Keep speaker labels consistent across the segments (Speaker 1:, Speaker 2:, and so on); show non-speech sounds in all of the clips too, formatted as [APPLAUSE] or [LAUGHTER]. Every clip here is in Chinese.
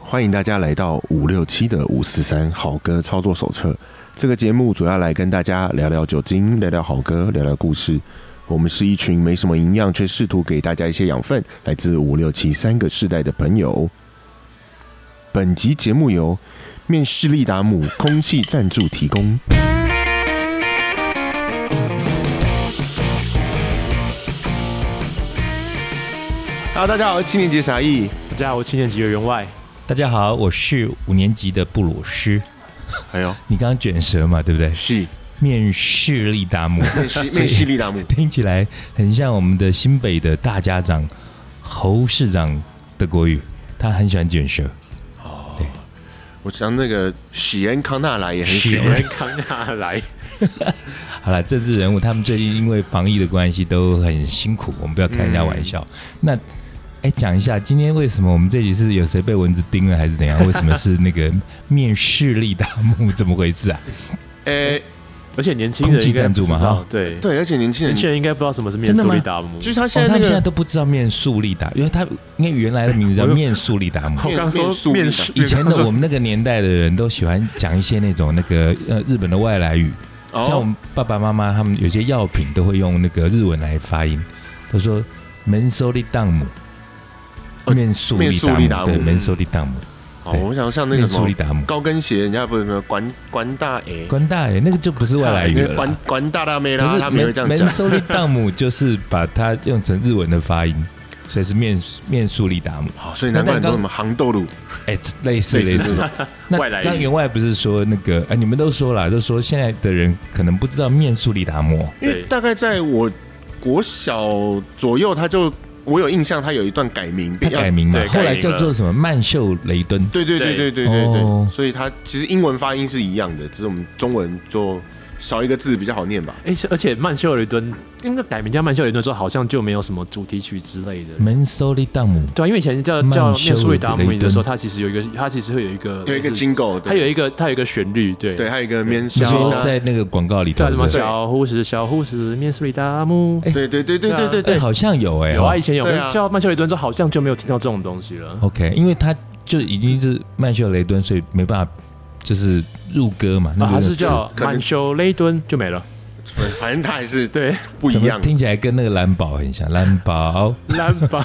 Speaker 1: 欢迎大家来到五六七的五四三好歌操作手册。这个节目主要来跟大家聊聊酒精，聊聊好歌，聊聊故事。我们是一群没什么营养，却试图给大家一些养分，来自五六七三个世代的朋友。本集节目由面试利达姆空气赞助提供。Hello，大家好，我是七年级傻义。
Speaker 2: 大家好，我是七年级的员外。
Speaker 3: 大家好，我是五年级的布鲁斯。
Speaker 1: 还有
Speaker 3: 你刚刚卷舌嘛，对不对？
Speaker 1: 是
Speaker 3: 面试利达姆
Speaker 1: 面试面试利达姆，
Speaker 3: 听起来很像我们的新北的大家长侯市长的国语，他很喜欢卷舌。
Speaker 1: 我想那个喜恩康纳莱也很喜
Speaker 3: 喜
Speaker 1: 欢
Speaker 3: 恩，
Speaker 2: 康纳来，
Speaker 3: 好了，政治人物他们最近因为防疫的关系都很辛苦，我们不要开人家玩笑。
Speaker 1: 嗯
Speaker 3: 那哎，讲一下今天为什么我们这集是有谁被蚊子叮了还是怎样？为什么是那个面试利达姆？怎么回事啊？
Speaker 1: 诶、
Speaker 2: 而且年轻人应该不知
Speaker 3: 空气赞助嘛
Speaker 2: 道
Speaker 3: 哈，
Speaker 2: 对，
Speaker 1: 呃对，而且年轻
Speaker 2: 年
Speaker 1: 人
Speaker 2: 轻人应该不知道什么是面苏利达姆。
Speaker 1: 就是他
Speaker 3: 哦
Speaker 1: 现在
Speaker 3: 他
Speaker 1: 那
Speaker 3: 们现
Speaker 1: 个、
Speaker 3: 在都不知道面速利达，因为他因为原来的名字 [LAUGHS] 叫面速利达姆。
Speaker 2: 我刚说
Speaker 1: 面苏利达
Speaker 2: 面试
Speaker 3: 以前的我们那个年代的人都喜欢讲一些那种那个呃日本的外来语，像我
Speaker 1: 哦，
Speaker 3: 们爸爸妈妈他们有些药品都会用那个日文来发音，他说门收利当姆，
Speaker 1: 呃
Speaker 3: 面速
Speaker 1: 面
Speaker 3: 利
Speaker 1: 速利达
Speaker 3: 达姆，对，
Speaker 1: 姆
Speaker 3: 门收哦利当姆，
Speaker 1: 哦，我想像那个
Speaker 3: 面
Speaker 1: 什
Speaker 3: 速
Speaker 1: 么
Speaker 3: 利达姆，
Speaker 1: 高跟鞋，人家不是什么管管大诶，
Speaker 3: 关大啊爷那个就不是外来语
Speaker 1: 因为
Speaker 3: 了啦
Speaker 1: 管。管大大妹啦，
Speaker 3: 可
Speaker 1: 他
Speaker 3: 是
Speaker 1: 们也会这样
Speaker 3: 门
Speaker 1: 讲
Speaker 3: 门。收利当姆 [LAUGHS] 就是把它用成日文的发音，所以是面面速利达姆，
Speaker 1: 好，哦所以难怪很多什么杭豆乳，
Speaker 3: 哎，类似类
Speaker 1: 这。
Speaker 3: 似 [LAUGHS]
Speaker 1: 种，
Speaker 3: 那
Speaker 2: 外来语
Speaker 3: 刚员外不是说那个，哎，你们都说了，都说现在的人可能不知道面速利达摩，
Speaker 1: 因为大概在我国小左右，他就我有印象，他有一段改名，
Speaker 3: 他
Speaker 1: 要
Speaker 3: 改名嘛
Speaker 2: 对，
Speaker 3: 后
Speaker 2: 改
Speaker 3: 来
Speaker 2: 名了
Speaker 3: 叫做什么曼秀雷敦，
Speaker 1: 对对对对对
Speaker 2: 对
Speaker 1: 对对，
Speaker 3: 哦
Speaker 1: 所以它其实英文发音是一样的，只是我们中文就少一个字比较好念吧。
Speaker 2: 哎，而且曼秀雷敦，因为改名叫曼秀雷敦之后，好像就没有什么主题曲之类的。
Speaker 3: 门收利达姆，
Speaker 2: 对啊，因为以前叫
Speaker 3: 曼
Speaker 2: 叫
Speaker 3: 秀雷敦
Speaker 2: 面苏利达姆的时候，它其实有一个，它其实会有一个，
Speaker 1: 有一个
Speaker 2: 就是
Speaker 1: jingle，对
Speaker 2: 它有一个，它有一个旋律，对
Speaker 1: 对，
Speaker 2: 对
Speaker 1: 还有一个面
Speaker 3: 你
Speaker 1: 试
Speaker 2: 小
Speaker 3: 说在那个广告里头
Speaker 2: 啊，
Speaker 3: 是
Speaker 2: 什
Speaker 3: 不
Speaker 2: 么
Speaker 3: 是，
Speaker 2: 小护士，小护士，面苏利达姆。
Speaker 3: 哎
Speaker 1: 对对对对对对
Speaker 3: 哎，
Speaker 1: 对，
Speaker 3: 好像有哎，
Speaker 2: 有
Speaker 3: 哦
Speaker 2: 啊，以前有，
Speaker 1: 对啊
Speaker 2: 可是叫曼秀雷敦之后，好像就没有听到这种东西了。
Speaker 3: ，OK，因为他就已经是曼秀雷敦，所以没办法就是入歌嘛，那
Speaker 2: 啊，
Speaker 3: 个
Speaker 2: 它
Speaker 3: 词
Speaker 2: 是叫
Speaker 1: 可能
Speaker 2: 曼秀雷敦就没了。
Speaker 1: 反反正它还是
Speaker 2: 对，
Speaker 1: 不
Speaker 3: 怎
Speaker 1: 一
Speaker 3: 么
Speaker 1: 样。
Speaker 3: 听起来跟那个蓝宝很像，蓝宝 [LAUGHS]
Speaker 2: 蓝宝，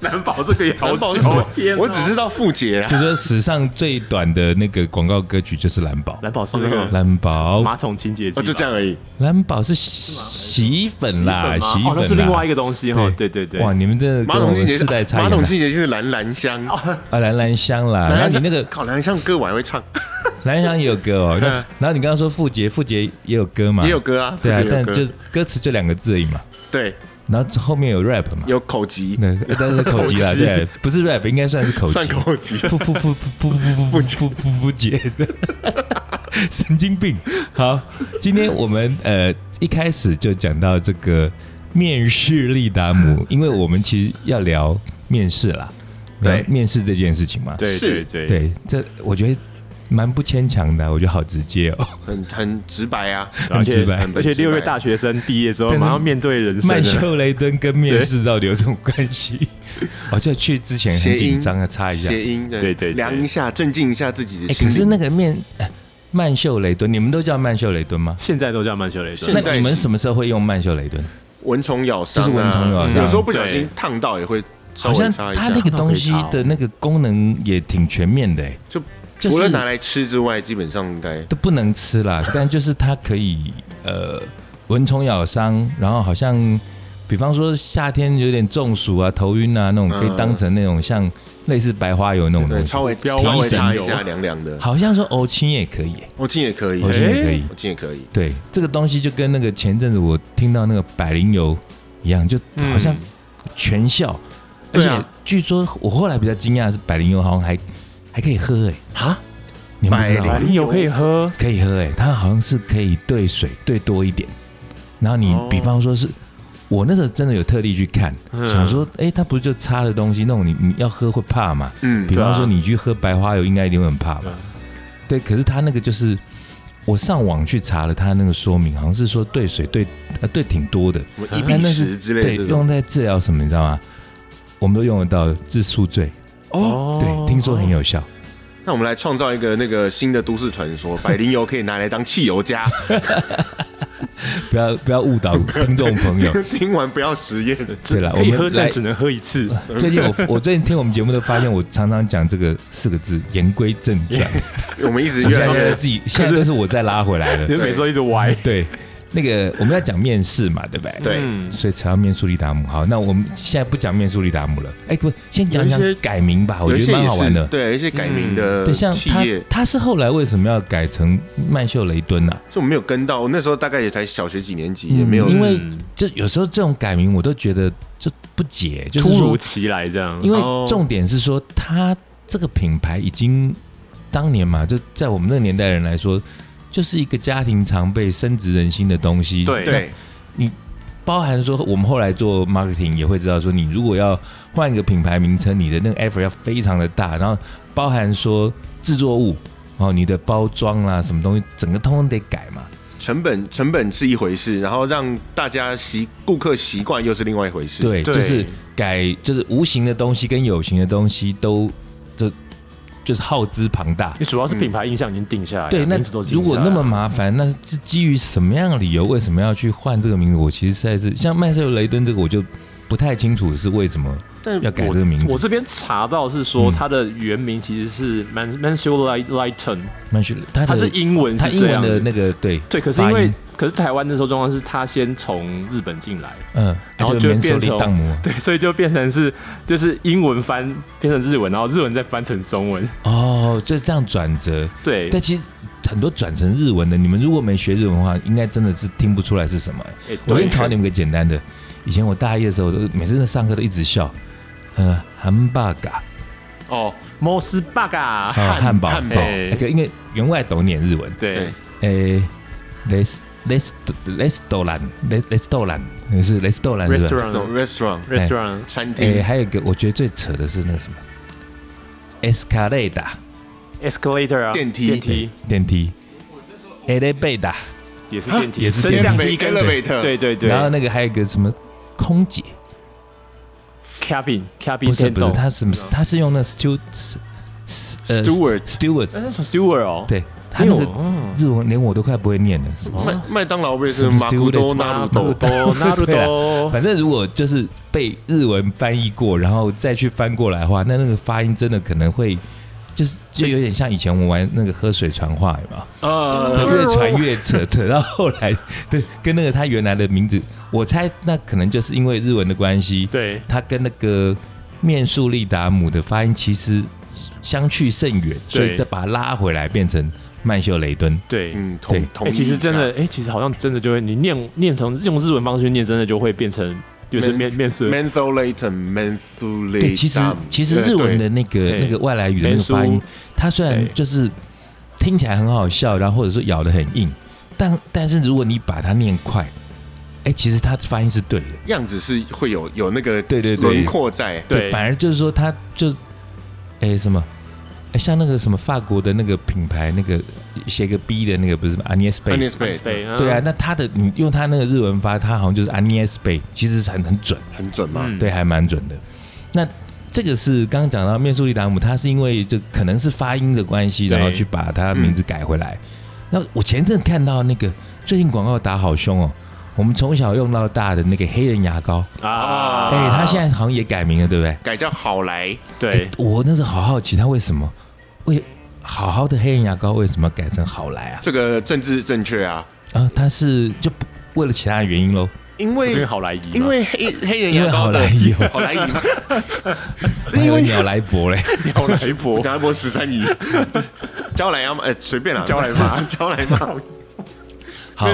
Speaker 2: 蓝宝这个也好
Speaker 1: 环保
Speaker 2: 久
Speaker 1: 是什么，
Speaker 2: 天哪
Speaker 1: 我只知道复节啊
Speaker 3: 就，说史上最短的那个广告歌曲就是蓝宝，
Speaker 2: 蓝宝是那个
Speaker 3: 蓝宝
Speaker 2: 马桶清洁剂
Speaker 1: 哦
Speaker 2: 吧，
Speaker 1: 就这样而已。
Speaker 3: 蓝宝是洗衣粉啦，
Speaker 2: 洗衣
Speaker 3: 啊洗衣
Speaker 2: 粉吗哦，
Speaker 3: 粉
Speaker 2: 那
Speaker 3: 啦
Speaker 2: 是另外一个东西哈。对对对，
Speaker 3: 哇，你们这
Speaker 1: 马
Speaker 3: 跟
Speaker 1: 桶
Speaker 3: 我
Speaker 1: 清
Speaker 3: 们
Speaker 1: 洁
Speaker 3: 世代差
Speaker 1: 马
Speaker 3: 异很
Speaker 1: 桶
Speaker 3: 大
Speaker 1: 清洁就是蓝蓝香，
Speaker 3: 啊，兰兰香啦，
Speaker 1: 蓝
Speaker 3: 然后
Speaker 1: 蓝
Speaker 3: 你
Speaker 1: 香
Speaker 3: 那个
Speaker 1: 靠蓝蓝香歌我还会
Speaker 3: [LAUGHS]
Speaker 1: 唱，
Speaker 3: 兰兰香也有歌哦，那然后你刚刚说傅杰，傅杰也有歌嘛，
Speaker 1: 嗯也有，歌啊，复
Speaker 3: 对啊
Speaker 1: 节，有
Speaker 3: 但就
Speaker 1: 歌，
Speaker 3: 歌词就两个字而已嘛，
Speaker 1: 对，
Speaker 3: 然后后面有 rap 嘛，
Speaker 1: 有口级，
Speaker 3: 那但是
Speaker 1: [LAUGHS]
Speaker 3: 口技啦，
Speaker 2: 口技
Speaker 3: 对，不是 rap，应该算是口技，
Speaker 1: 算口
Speaker 3: [LAUGHS]
Speaker 1: 级。
Speaker 3: 不不不不不不不不不不姐， [LAUGHS] 神经病。好，今天我们呃一开始就讲到这个面试利达姆，因为我们其实要聊面试啦，
Speaker 1: 对
Speaker 3: 聊面试这件事情嘛。
Speaker 2: 对
Speaker 1: 是
Speaker 2: 对对
Speaker 3: 对，这我觉得蛮不牵强的，我觉得好直接哦。
Speaker 1: 很很直白啊，
Speaker 2: 而
Speaker 3: 很直
Speaker 2: 且
Speaker 3: 白
Speaker 2: 而且六月大学生毕业之后，
Speaker 3: 但是
Speaker 2: 马上面对人生
Speaker 3: 曼
Speaker 2: 了，
Speaker 3: 秀雷敦跟面试到底有什么关系？哦，就去之前
Speaker 1: 谐
Speaker 3: 很
Speaker 1: 音
Speaker 3: 紧张啊，擦一下。
Speaker 1: 谐音，对
Speaker 2: 对对对
Speaker 1: 量一下，镇静一下自己的
Speaker 3: 哎，
Speaker 1: 心
Speaker 3: 可
Speaker 1: 灵。
Speaker 3: 是那个面、哎曼秀雷敦，你们都叫曼秀雷敦吗？
Speaker 2: 现在都叫曼秀雷敦
Speaker 1: 现。在
Speaker 3: 那你们
Speaker 1: 是
Speaker 3: 什么时候会用曼秀雷敦？
Speaker 1: 蚊虫咬伤、啊，
Speaker 3: 就是蚊虫咬伤
Speaker 1: 有时候不小心烫到也会稍
Speaker 3: 好
Speaker 1: 微
Speaker 3: 像
Speaker 1: 擦一下。
Speaker 3: 它那个东西的那个功能也挺全面的、欸，
Speaker 1: 就
Speaker 3: 就是
Speaker 1: 除了拿来吃之外，基本上应该
Speaker 3: 都不能吃
Speaker 1: [LAUGHS]
Speaker 3: 啦。但就是它可以呃蚊虫咬伤，然后好像比方说夏天有点中暑啊、头晕啊那种，
Speaker 1: 嗯
Speaker 3: 可以当成那种像类似白花油那种
Speaker 1: 对，
Speaker 3: 东西
Speaker 1: 稍。微
Speaker 2: 标
Speaker 1: 稍微
Speaker 3: 纹
Speaker 1: 擦
Speaker 3: 上
Speaker 1: 一
Speaker 2: 有
Speaker 1: 下凉凉的。
Speaker 3: 好像说欧青也可以、欸，
Speaker 1: 我进也可以，
Speaker 3: 欧青
Speaker 1: 我
Speaker 3: 也可以。
Speaker 1: 进也可以。
Speaker 3: 对，这个东西就跟那个前阵子我听到那个百灵油一样，就好像全效。而
Speaker 1: 嗯对
Speaker 3: 且
Speaker 1: 啊
Speaker 3: 据说我后来比较惊讶的是，百灵油好像还还可以喝、欸，哎，
Speaker 2: 啊，
Speaker 3: 你们不知道
Speaker 1: 百
Speaker 3: 吗
Speaker 2: 百？灵油哎可以喝，
Speaker 3: 可以喝诶、欸它好像是可以兑水兑多一点。然后你
Speaker 1: 哦
Speaker 3: 比方说是，我那时候真的有特地去看，
Speaker 2: 嗯
Speaker 3: 想说，诶，它不是就擦的东西，那种你你要喝会怕嘛？
Speaker 1: 嗯
Speaker 3: 比，方
Speaker 2: 对啊
Speaker 3: 说你去喝白花油，应该一定会很怕
Speaker 2: 对
Speaker 3: 吧？对，可是它那个就是。我上网去查了它那个说明，好像是说兑水兑呃兑挺多的，
Speaker 1: 什么一
Speaker 3: 但
Speaker 1: 比
Speaker 3: 哎那
Speaker 1: 十
Speaker 3: 是
Speaker 1: 之类
Speaker 3: 对
Speaker 1: 的这种，
Speaker 3: 用在治疗什么你知道吗？我们都用得到治宿醉
Speaker 1: 哦。
Speaker 3: 对，听说很有效。
Speaker 1: 那我们来创造一个那个新的都市传说，百灵油可以拿来当汽油加，
Speaker 3: 不要不要误导听众
Speaker 1: [LAUGHS]
Speaker 3: 朋友。
Speaker 1: 听完不要实验。
Speaker 3: 对了，
Speaker 2: 可
Speaker 3: 我
Speaker 2: 以喝，
Speaker 3: 们来
Speaker 2: 但只能喝一次。
Speaker 3: 最近我我最近听我们节目都发现，我常常讲这个四个字“言归正传
Speaker 1: 我们一”，直
Speaker 3: 我
Speaker 1: 越
Speaker 3: 现
Speaker 1: 来
Speaker 3: 在都是
Speaker 1: 越
Speaker 3: 自己，现在都是我在拉回来
Speaker 2: [LAUGHS] 你
Speaker 3: 的。
Speaker 2: 每次都一直歪。
Speaker 3: 对，那个我们要讲面试嘛，对不对？
Speaker 1: 对
Speaker 2: 嗯
Speaker 3: 所以才要面苏利达姆。好，那我们现在不讲面苏利达姆了，哎，不，先讲讲
Speaker 1: 有一些
Speaker 3: 改名吧，我
Speaker 1: 有一
Speaker 3: 觉
Speaker 1: 些
Speaker 3: 得蛮
Speaker 1: 也
Speaker 3: 好玩
Speaker 1: 是
Speaker 3: 的。嗯
Speaker 1: 对，有一些改名的
Speaker 3: 对，像
Speaker 1: 企
Speaker 3: 他
Speaker 1: 业，
Speaker 3: 他是后来为什么要改成曼秀雷敦啊呢？
Speaker 1: 就我没有跟到，我那时候大概也才小学几年级，
Speaker 3: 嗯
Speaker 1: 也没有
Speaker 3: 因为
Speaker 2: 嗯
Speaker 3: 就有时候这种改名我都觉得就不解，就是
Speaker 2: 突
Speaker 3: 说
Speaker 2: 如其来这样，
Speaker 3: 因为
Speaker 1: 哦
Speaker 3: 重点是说，它这个品牌已经当年嘛，就在我们那个年代人来说，就是一个家庭常备、深植人心的东西。
Speaker 2: 对
Speaker 1: 对
Speaker 3: 包含说我们后来做 marketing 也会知道说，你如果要换一个品牌名称，你的那个 effort 要非常的大，然后包含说制作物。哦，你的包装啦、什么东西，整个通通得改嘛。
Speaker 1: 成本成本是一回事，然后让大家习顾客习惯又是另外一回事。
Speaker 3: 对，
Speaker 2: 对
Speaker 3: 就是改，就是无形的东西跟有形的东西都，就就是耗资庞大。
Speaker 2: 你主要是品牌印象已经定下来了，
Speaker 3: 对，那
Speaker 2: 名字都定下
Speaker 3: 如
Speaker 2: 来
Speaker 3: 果
Speaker 2: 了
Speaker 3: 那么麻烦，那是基于什么样的理由？为什么要去换这个名字？我其实实在是像麦瑟雷敦这个，我就不太清楚是为什么
Speaker 1: 但
Speaker 3: 要改
Speaker 2: 我
Speaker 3: 这个名字。
Speaker 2: 我这边查到是说，
Speaker 3: 嗯
Speaker 2: 它的原名其实是 Man Mansfield Lighton，
Speaker 3: 曼秀雷，他
Speaker 2: 它
Speaker 3: 的
Speaker 2: 是英文
Speaker 3: 他
Speaker 2: 是
Speaker 3: 英
Speaker 2: 这
Speaker 3: 文
Speaker 2: 样
Speaker 3: 的
Speaker 2: 子
Speaker 3: 那个对
Speaker 2: 对，可是因
Speaker 3: 发
Speaker 2: 为
Speaker 3: 音
Speaker 2: 可是台湾那时候状况是，它先从日本进来，
Speaker 3: 嗯，
Speaker 2: 然后
Speaker 3: 啊
Speaker 2: 就
Speaker 3: 免
Speaker 2: 变
Speaker 3: 受力
Speaker 2: 成
Speaker 3: 荡魔
Speaker 2: 对，所以就变成是就是英文翻变成日文，然后日文再翻成中文，
Speaker 3: 哦，就这样转折。
Speaker 2: 对，
Speaker 3: 但其实很多转成日文的，你们如果没学日文的话，应该真的是听不出来是什么。
Speaker 2: 哎
Speaker 3: 我
Speaker 2: 对
Speaker 3: 先考你们个简单的，以前我大一的时候，都每次上课都一直笑，呃，汉巴嘎。
Speaker 1: 哦，
Speaker 2: 摩斯巴嘎
Speaker 3: 啊，汉堡，
Speaker 2: 汉
Speaker 3: 汉
Speaker 2: 堡
Speaker 3: 堡，，那个因为员外懂点日文，哎
Speaker 2: 对，
Speaker 3: 诶，les les les 豆兰，les les 豆兰是 les 豆兰是吧？
Speaker 1: 这种 restaurant
Speaker 2: restaurant，restaurant
Speaker 1: 餐
Speaker 3: 诶，
Speaker 1: 厅
Speaker 3: 还有一个我觉得最扯的是那个什么，escalada 哎
Speaker 2: escalator 啊，
Speaker 1: 电梯
Speaker 2: 电梯
Speaker 3: 电梯，elevator，
Speaker 2: 也是电梯，
Speaker 3: 哎啊也是
Speaker 2: 升
Speaker 3: 电
Speaker 2: 降
Speaker 3: 梯
Speaker 2: 梯跟着
Speaker 1: elevator
Speaker 2: 对对对，
Speaker 3: 然后那个还有一个什么空姐，
Speaker 2: cabin cabin
Speaker 3: 不是不是，
Speaker 2: 他
Speaker 3: 他什么？他是用那 stu 呃
Speaker 1: Steward
Speaker 3: steward，
Speaker 2: 那是 steward 哦，
Speaker 3: 对他那
Speaker 2: 哎
Speaker 3: 个
Speaker 2: 呦嗯
Speaker 3: 日文连我都快不会念了，是不是
Speaker 1: 麦麦当劳不也
Speaker 3: 哦什
Speaker 1: 是
Speaker 3: 么
Speaker 1: 马古多
Speaker 3: Stewardess，
Speaker 1: 纳鲁
Speaker 2: 纳鲁
Speaker 1: 多？
Speaker 2: 多，纳鲁
Speaker 3: [LAUGHS] 对啦
Speaker 2: 多，
Speaker 3: 反正如果就是被日文翻译过，然后再去翻过来的话，那那个发音真的可能会，就是就有点像以前我们玩那个喝水传话，有没有？
Speaker 2: 嗯
Speaker 1: 呃，
Speaker 3: 越传越扯，扯到后来，对，跟那个他原来的名字，我猜那可能就是因为日文的关系，
Speaker 2: 对，
Speaker 3: 他跟那个面素利达姆的发音其实相去甚远，所以
Speaker 2: 对
Speaker 3: 再把它拉回来变成曼秀雷敦。
Speaker 2: 对，
Speaker 1: 嗯，
Speaker 3: 对
Speaker 1: 同同
Speaker 2: 哎、
Speaker 1: 意啊
Speaker 2: 其实真的，
Speaker 1: 一下
Speaker 2: 哎、其实好像真的就会，你念念成用日文方式去念，真的就会变成就是面面试。
Speaker 1: ，mentholatum mentholatum，
Speaker 3: 对，哎其实其实日文的那个
Speaker 2: 对
Speaker 3: 那个外来语的那个发
Speaker 2: 连
Speaker 3: 音
Speaker 2: 书，
Speaker 3: 它虽然
Speaker 2: 对
Speaker 3: 就是听起来很好笑，然后或者说咬得很硬，但但是如果你把它念快，哎，其实它发音是对的。
Speaker 1: 对样子是会有有那个
Speaker 3: 对对对
Speaker 1: 轮廓在，
Speaker 2: 对，
Speaker 3: 反而就是说它就哎什么。哎，像那个什么法国的那个品牌，那个写个 B 的那个不是吗 a n i s b a y
Speaker 1: Honest
Speaker 2: 对
Speaker 1: Bay，
Speaker 2: 对
Speaker 3: 对啊，，那它的你用它那个日文发，它好像就是 a n i s b a y 其实很很准。
Speaker 1: 很准嘛，
Speaker 2: 嗯
Speaker 3: 对，还蛮准的。那这个是刚刚讲到面苏利达姆，他是因为这可能是发音的关系，
Speaker 2: 对
Speaker 3: 然后去把他名字改回来。那我前阵看到那个最近广告打好凶哦，我们从小用到大的那个黑人牙膏，
Speaker 2: 啊，
Speaker 1: 啊
Speaker 3: 哎、他现在好像也改名了，对不对？
Speaker 1: 改叫好来，
Speaker 2: 对
Speaker 3: 哎，我那时候好好奇他为什么为好好的黑人牙膏为什么改成好来啊？
Speaker 1: 这个政治正确啊，
Speaker 3: 啊，他是就不为了其他的原因喽，
Speaker 1: 因
Speaker 2: 不是因为
Speaker 1: 为
Speaker 2: 好莱坞，
Speaker 1: 因为黑黑人
Speaker 3: 因为
Speaker 1: 牙膏
Speaker 3: 好
Speaker 1: 的
Speaker 3: 莱有，
Speaker 1: 好
Speaker 2: [LAUGHS]
Speaker 1: 莱姨，
Speaker 3: 还
Speaker 1: 因
Speaker 3: 有
Speaker 1: 为
Speaker 3: 鸟来伯嘞，
Speaker 2: 好
Speaker 3: 哎
Speaker 2: 莱坞
Speaker 1: 达波十三姨，交来要骂，呃，随便啦，
Speaker 2: 交来骂
Speaker 1: [LAUGHS] 交来
Speaker 2: [LAUGHS]
Speaker 1: 骂，
Speaker 2: 哦
Speaker 3: 好，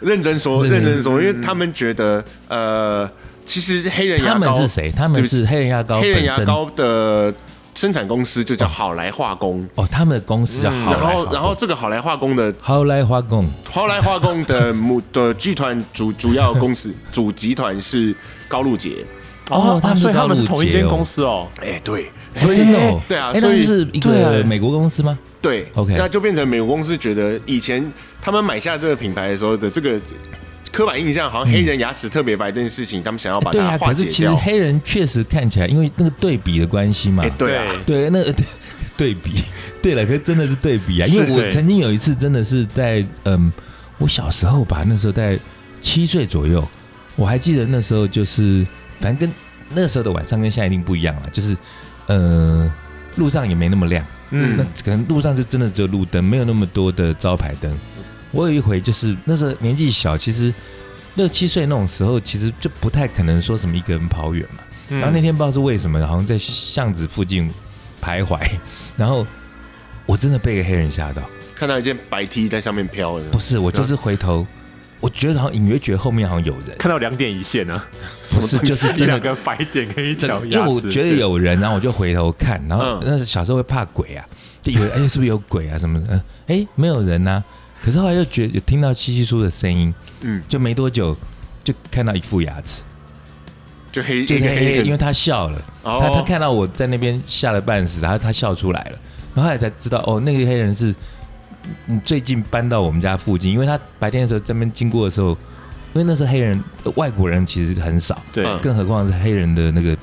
Speaker 1: 认真说，
Speaker 3: [LAUGHS] 认
Speaker 1: 认
Speaker 3: 真嗯
Speaker 1: 真说，因为他们觉得，呃，其实黑人牙
Speaker 3: 他们
Speaker 1: 膏
Speaker 3: 是谁？他们
Speaker 1: 对不起
Speaker 3: 是黑人牙膏
Speaker 1: 黑人
Speaker 3: 本
Speaker 1: 牙
Speaker 3: 身
Speaker 1: 膏的生产公司就叫好来化工，
Speaker 3: 哦，他们的公司叫好
Speaker 1: 嗯然
Speaker 3: 来化
Speaker 1: 后
Speaker 3: 工，
Speaker 1: 然后这个好来化工的
Speaker 3: 好来化工，
Speaker 1: 好来化工的 [LAUGHS] 母的剧团主主要公司主集团是高露洁，
Speaker 3: 哦他们是
Speaker 2: 所以他们是
Speaker 3: 高露
Speaker 2: 同一
Speaker 3: 洁
Speaker 2: 间
Speaker 3: 哦
Speaker 2: 公司哦，
Speaker 1: 哎，对，
Speaker 3: 哎
Speaker 1: 所以
Speaker 3: 真的哦，
Speaker 1: 对啊，
Speaker 3: 哎，那
Speaker 1: 所以
Speaker 3: 是一
Speaker 2: 对
Speaker 3: 个
Speaker 2: 啊
Speaker 3: 美国公司吗？哎
Speaker 1: 对
Speaker 3: OK
Speaker 1: 那就变成美国公司觉得以前他们买下这个品牌的时候的这个呃刻板印象，好像黑人牙齿特别白这件事情，他们想要把
Speaker 3: 对
Speaker 1: 它
Speaker 3: 啊，
Speaker 1: 化
Speaker 3: 可
Speaker 1: 解
Speaker 3: 是其实
Speaker 1: 掉。
Speaker 3: 黑人确实看起来，因为那个对比的关系嘛，
Speaker 1: 哎，对啊，
Speaker 3: 对，那个对比，对了，可是真的是对比啊，因为
Speaker 1: 是
Speaker 3: 我
Speaker 2: 对
Speaker 3: 曾经有一次真的是在嗯，我小时候吧，那时候在七岁左右，我还记得那时候就是，反正跟那时候的晚上跟现在一定不一样了，就是呃，路上也没那么亮，那
Speaker 1: 嗯，
Speaker 3: 可能路上就真的只有路灯，没有那么多的招牌灯。我有一回就是那时候年纪小，其实六七岁那种时候，其实就不太可能说什么一个人跑远嘛。
Speaker 1: 嗯
Speaker 2: 嗯
Speaker 3: 然后那天不知道是为什么，好像在巷子附近徘
Speaker 1: [LAUGHS]
Speaker 3: 徊，然后我真的被一个黑人吓到。
Speaker 1: 看到一件白 T 在上面飘的，
Speaker 3: 不是，我
Speaker 1: 啊
Speaker 3: 就是回头，我觉得好像隐约觉得后面好像有人，
Speaker 2: 看到两点一线啊，
Speaker 1: 什么
Speaker 2: [LAUGHS]
Speaker 3: 不是
Speaker 1: 东西
Speaker 3: 就是
Speaker 2: 一
Speaker 3: 真的
Speaker 2: 两个白点跟一
Speaker 3: 真
Speaker 2: 条
Speaker 3: 的，因为
Speaker 2: 牙
Speaker 3: 我
Speaker 2: 齿
Speaker 3: 觉得
Speaker 2: 线，
Speaker 3: 有人，然啊后我就回头看，然后
Speaker 1: 嗯
Speaker 3: 那时候小时候会怕鬼啊，就以为哎是不是有鬼啊什么的，呃哎没有人呐、可是后来又觉得有听到稀稀疏疏的声音，
Speaker 1: 嗯，
Speaker 3: 就没多久就看到一副牙齿，
Speaker 1: 就黑一
Speaker 3: 就
Speaker 1: 个黑
Speaker 3: 因为
Speaker 1: 人，
Speaker 3: 他笑了，
Speaker 1: 哦
Speaker 3: 他他看到我在那边吓了半死，然后他笑出来了，然后后来才知道哦，那个黑人是嗯最近搬到我们家附近，因为他白天的时候在那边经过的时候，因为那时候黑人呃外国人其实很少，
Speaker 2: 对，
Speaker 1: 嗯
Speaker 3: 更何况是黑人的那个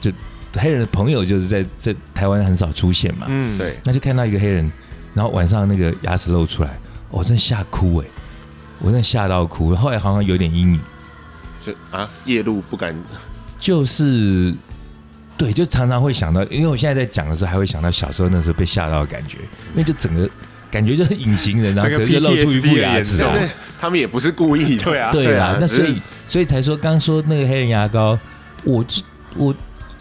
Speaker 3: 就黑人的朋友就是在在台湾很少出现嘛，
Speaker 2: 嗯，
Speaker 1: 对，
Speaker 3: 那就看到一个黑人，然后晚上那个牙齿露出来，哦我真的吓哭哎、我真的吓到哭，后来好像有点阴影。
Speaker 1: 就啊夜路不敢，
Speaker 3: 就是对，就常常会想到，因为我现在在讲的时候，还会想到小时候那时候被吓到的感觉，因为就整个感觉就是隐形人，然后啊
Speaker 2: 整个
Speaker 3: 可是就露出一
Speaker 2: PTSD
Speaker 3: 副牙齿
Speaker 2: 是
Speaker 1: [LAUGHS] 真
Speaker 2: 啊
Speaker 1: 的他们也不是故意的，
Speaker 2: 对啊
Speaker 3: 对啊，那
Speaker 1: 只是
Speaker 3: 所以所以才说，刚说那个黑人牙膏，我就我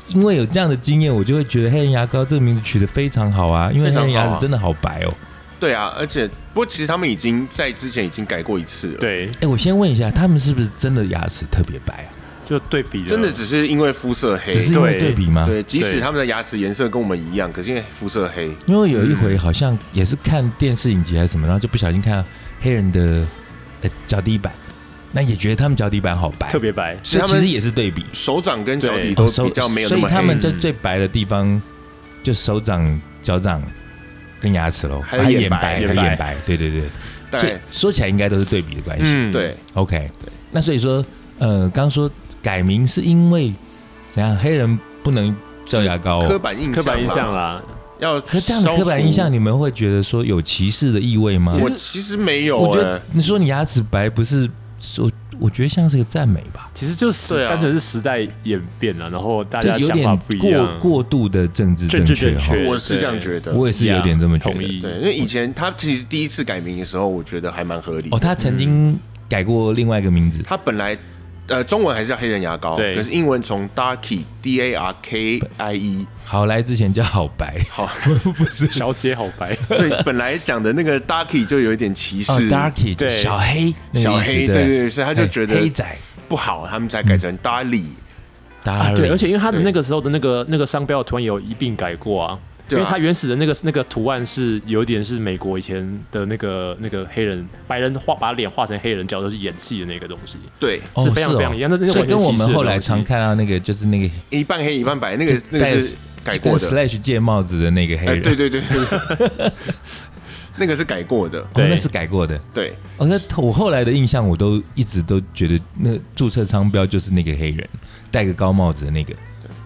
Speaker 3: 因为有这样的经验，我就会觉得黑人牙膏这个名字取得非常好啊，因为
Speaker 1: 非常
Speaker 3: 黑
Speaker 1: 好啊
Speaker 3: 人牙齿真的好白哦。
Speaker 1: 对啊，而且不过其实他们已经在之前已经改过一次了，，
Speaker 2: 对，
Speaker 3: 哎，我先问一下，他们是不是真的牙齿特别白啊？
Speaker 2: 就对比了
Speaker 1: 真的只是因为肤色黑
Speaker 3: 只，是因为
Speaker 2: 对
Speaker 3: 对比吗？
Speaker 1: 对，即使
Speaker 2: 对
Speaker 1: 他们的牙齿颜色跟我们一样，可是因为肤色黑，
Speaker 3: 因为有一回好像也是看电视影集还是什么，然后就不小心看到黑人的呃脚底板，那也觉得他们脚底板好白，
Speaker 2: 特，别白，
Speaker 1: 是
Speaker 3: 这
Speaker 1: 他
Speaker 3: 其
Speaker 1: 们
Speaker 3: 实也是对比，
Speaker 1: 手掌跟脚底
Speaker 2: 对
Speaker 1: 都
Speaker 3: 哦手
Speaker 1: 比较没有
Speaker 3: 所
Speaker 1: 那
Speaker 3: 以
Speaker 1: 么
Speaker 3: 他
Speaker 1: 黑
Speaker 3: 们，
Speaker 2: 嗯
Speaker 3: 在最白的地方就手掌、脚掌跟牙齿喽，
Speaker 1: 还有眼
Speaker 3: 眼
Speaker 1: 白
Speaker 3: 白，还有
Speaker 2: 眼白
Speaker 3: 眼白，对对对，所以
Speaker 1: 对
Speaker 3: 说起来应该都是对比的关系。
Speaker 2: 嗯，
Speaker 1: 对，
Speaker 3: OK，
Speaker 1: 对
Speaker 3: 那所以说，呃，刚说改名是因为怎样，黑人不能叫牙膏、
Speaker 1: 刻
Speaker 3: 哦。
Speaker 1: 板印象嘛，
Speaker 2: 刻板印象啦，
Speaker 1: 要
Speaker 3: 可是这样的
Speaker 1: 消
Speaker 3: 刻板印象，
Speaker 1: 除，
Speaker 3: 你们会觉得说有歧视的意味吗？
Speaker 1: 我其实没有，
Speaker 3: 我觉
Speaker 1: 哎
Speaker 2: 呃
Speaker 3: 得你说你牙齿白不是，我我觉得像是个赞美吧，
Speaker 2: 其实就是
Speaker 1: 对
Speaker 2: 时
Speaker 1: 啊
Speaker 2: 单纯是时代演变了，然后大
Speaker 3: 就
Speaker 2: 家
Speaker 3: 有
Speaker 2: 想法
Speaker 3: 点
Speaker 2: 不一
Speaker 3: 过
Speaker 2: 样，
Speaker 3: 过度的政治正
Speaker 2: 政治
Speaker 3: 确
Speaker 2: 正确，
Speaker 3: 哈。
Speaker 1: 欸我是这样觉
Speaker 2: 得，
Speaker 1: 得，
Speaker 3: 我也是有点这么觉
Speaker 2: 同
Speaker 3: 得。
Speaker 2: 意啊
Speaker 1: 对，因为以前他其实第一次改名的时候，我觉得还蛮合理的。
Speaker 3: 哦，他
Speaker 2: 嗯
Speaker 3: 曾经改过另外一个名字，
Speaker 1: 他本来呃中文还是叫黑人牙膏，
Speaker 2: 对
Speaker 1: 可是英文从 Darkie D A R K I E
Speaker 3: 好来之前叫好
Speaker 1: [LAUGHS]
Speaker 3: 白，
Speaker 1: 好，
Speaker 2: 小姐好
Speaker 3: [LAUGHS]
Speaker 2: 白，
Speaker 1: 所以本来讲的那个 Darkie 就有一点歧视
Speaker 3: 哦，Darky
Speaker 2: 对
Speaker 3: 小黑，那
Speaker 1: 小
Speaker 3: 个意思
Speaker 1: 黑，对对对，所以他就觉
Speaker 3: 哎黑
Speaker 1: 得
Speaker 3: 仔
Speaker 1: 不好，他们才改
Speaker 3: 嗯
Speaker 1: 成 Darlie，
Speaker 3: ，Darky，
Speaker 2: 啊对，而且因为他的
Speaker 1: 对
Speaker 2: 那个时候的那个那个商标图案也有一并改过啊，
Speaker 1: 对啊
Speaker 2: 因为他原始的那个那个图案是有点是美国以前的那个那个黑人白人画把脸画成黑人角色去演戏的那个东西，
Speaker 1: 对，
Speaker 3: 哦
Speaker 2: 是非常
Speaker 3: 哦
Speaker 2: 非常一样但是那
Speaker 3: 所以
Speaker 2: 完全
Speaker 3: 跟我
Speaker 2: 歧视
Speaker 3: 们
Speaker 2: 的
Speaker 3: 后来
Speaker 2: 东西
Speaker 3: 常看到那个就是那个
Speaker 1: 一半黑一半白，那个那
Speaker 3: 戴
Speaker 1: 个是改过
Speaker 3: 跟
Speaker 1: 的，
Speaker 3: Slash 借帽子的那个黑
Speaker 1: 哎，
Speaker 3: 人，
Speaker 1: 对
Speaker 3: 哦，
Speaker 1: 对对对，对 [LAUGHS] 那个是改过的，
Speaker 2: 对
Speaker 3: 哦那是改过的。
Speaker 1: 对，
Speaker 3: 哦，那我后来的印象，我都一直都觉得那注册商标就是那个黑人戴个高帽子的那个。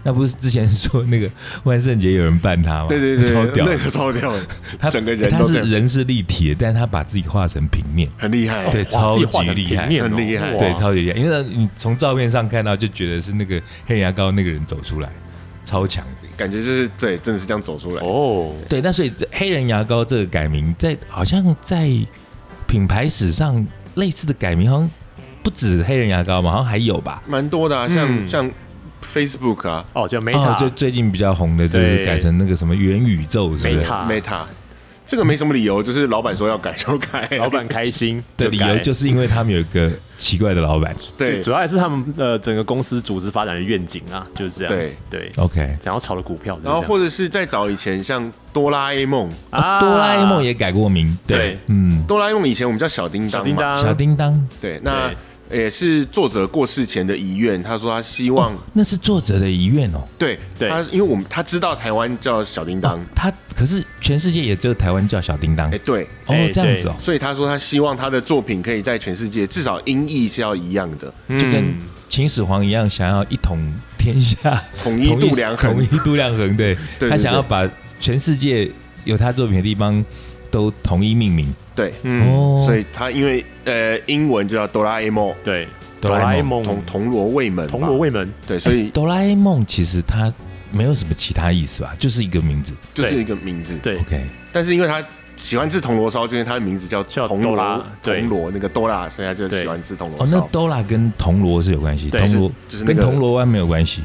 Speaker 3: 那不是之前说那个万圣节有人扮他吗？
Speaker 1: 对对对，
Speaker 3: 超屌
Speaker 1: 那！个超屌的，
Speaker 3: 他
Speaker 1: 整个人
Speaker 3: 他
Speaker 1: 都
Speaker 3: 是
Speaker 1: 这样
Speaker 3: 人是立体的，但是他把自己画成平面，
Speaker 1: 很厉害，
Speaker 3: 对，
Speaker 2: 哇
Speaker 3: 超
Speaker 2: 自己画
Speaker 3: 级
Speaker 2: 成
Speaker 3: 厉
Speaker 2: 平
Speaker 3: 害，
Speaker 2: 面哦
Speaker 1: 很厉害
Speaker 2: 哇
Speaker 3: 对，超级厉害。因为你从照片上看到，就觉得是那个黑人牙膏那个人走出来，超强。
Speaker 1: 感觉就是对，真的是这样走出来。
Speaker 2: 哦，
Speaker 3: 对，那所以这黑人牙膏这个改名，在好像在品牌史上类似的改名，好像不止黑人牙膏嘛，好像还有吧？
Speaker 1: 蛮多的、啊，像、
Speaker 2: 嗯
Speaker 1: 像 Facebook 啊
Speaker 2: 哦叫
Speaker 3: 哦，就
Speaker 2: Meta
Speaker 3: 最近比较红的就是
Speaker 2: 对
Speaker 3: 改成那个什么元宇宙，是不是？
Speaker 2: Meta
Speaker 1: ，Meta，这个没什么理由，就是老板说要改就改。
Speaker 2: 老板开心
Speaker 3: 的理由
Speaker 2: 改
Speaker 3: 就是因为他们有一个奇怪的老板。
Speaker 1: [LAUGHS] 对
Speaker 2: 主要还是他们呃整个公司组织发展的愿景啊，就是这样。
Speaker 1: 对
Speaker 2: 对，
Speaker 3: OK，
Speaker 2: 想要炒的股票就是这
Speaker 1: 然
Speaker 2: 样，
Speaker 1: 后或者是再早以前，像哆啦 A 梦，
Speaker 2: 啊
Speaker 3: 哆啦 A 梦也改过名，对
Speaker 2: 对，
Speaker 3: 嗯，
Speaker 1: 哆啦 A 梦以前我们叫小叮当
Speaker 2: 小
Speaker 1: 嘛，
Speaker 2: 叮当，
Speaker 3: 小叮当，
Speaker 1: 对，那也是作者过世前的遗愿，他说他希望，
Speaker 3: 那是作者的遗愿哦。
Speaker 1: 对
Speaker 2: 对哦
Speaker 1: 他，因为我们他知道台湾叫小叮当，
Speaker 3: 他可是全世界也只有台湾叫小叮当
Speaker 1: 哎、。对，
Speaker 3: 哦
Speaker 2: 哎，
Speaker 3: 这样子哦，
Speaker 1: 所以他说他希望他的作品可以在全世界至少音译是要一样的，
Speaker 2: 嗯
Speaker 3: 就
Speaker 1: 嗯
Speaker 3: 跟秦始皇一样，想要一统天下，
Speaker 1: 统一度量
Speaker 3: 统
Speaker 1: 衡
Speaker 3: 一。度量衡。对，
Speaker 1: [LAUGHS] 对
Speaker 3: 他
Speaker 1: 对
Speaker 3: 想要
Speaker 1: 对
Speaker 3: 把全世界有他作品的地方都统一命名。
Speaker 1: 对，
Speaker 2: 嗯，
Speaker 3: 哦，
Speaker 1: 所以他因为呃英文就叫哆啦 A 梦，
Speaker 2: 对，
Speaker 3: 哆
Speaker 2: 哆
Speaker 3: 啦
Speaker 2: 啦
Speaker 3: A
Speaker 2: A 梦、
Speaker 3: 梦
Speaker 1: 铜铜锣卫门吧，
Speaker 2: 嗯铜锣卫门，
Speaker 1: 对，所以
Speaker 3: 哎哆啦 A 梦其实它没有什么其他意思吧，就是一个名字。
Speaker 1: 就是
Speaker 2: 对
Speaker 1: 一个名字。
Speaker 2: 对，
Speaker 3: OK，
Speaker 1: 但是因为他喜欢吃铜锣烧，就是他的名字叫
Speaker 2: 叫
Speaker 1: 铜锣
Speaker 2: 哆啦对
Speaker 1: 铜锣那个哆啦，所以他就
Speaker 2: 对
Speaker 1: 喜欢吃铜
Speaker 3: 哦
Speaker 1: 锣，
Speaker 3: 那
Speaker 1: 烧。
Speaker 3: 哆啦跟铜锣是有关系，
Speaker 2: 对
Speaker 3: 铜锣
Speaker 1: 就是就是那
Speaker 3: 跟
Speaker 1: 个
Speaker 3: 铜锣湾没
Speaker 1: [LAUGHS]
Speaker 3: 有关系，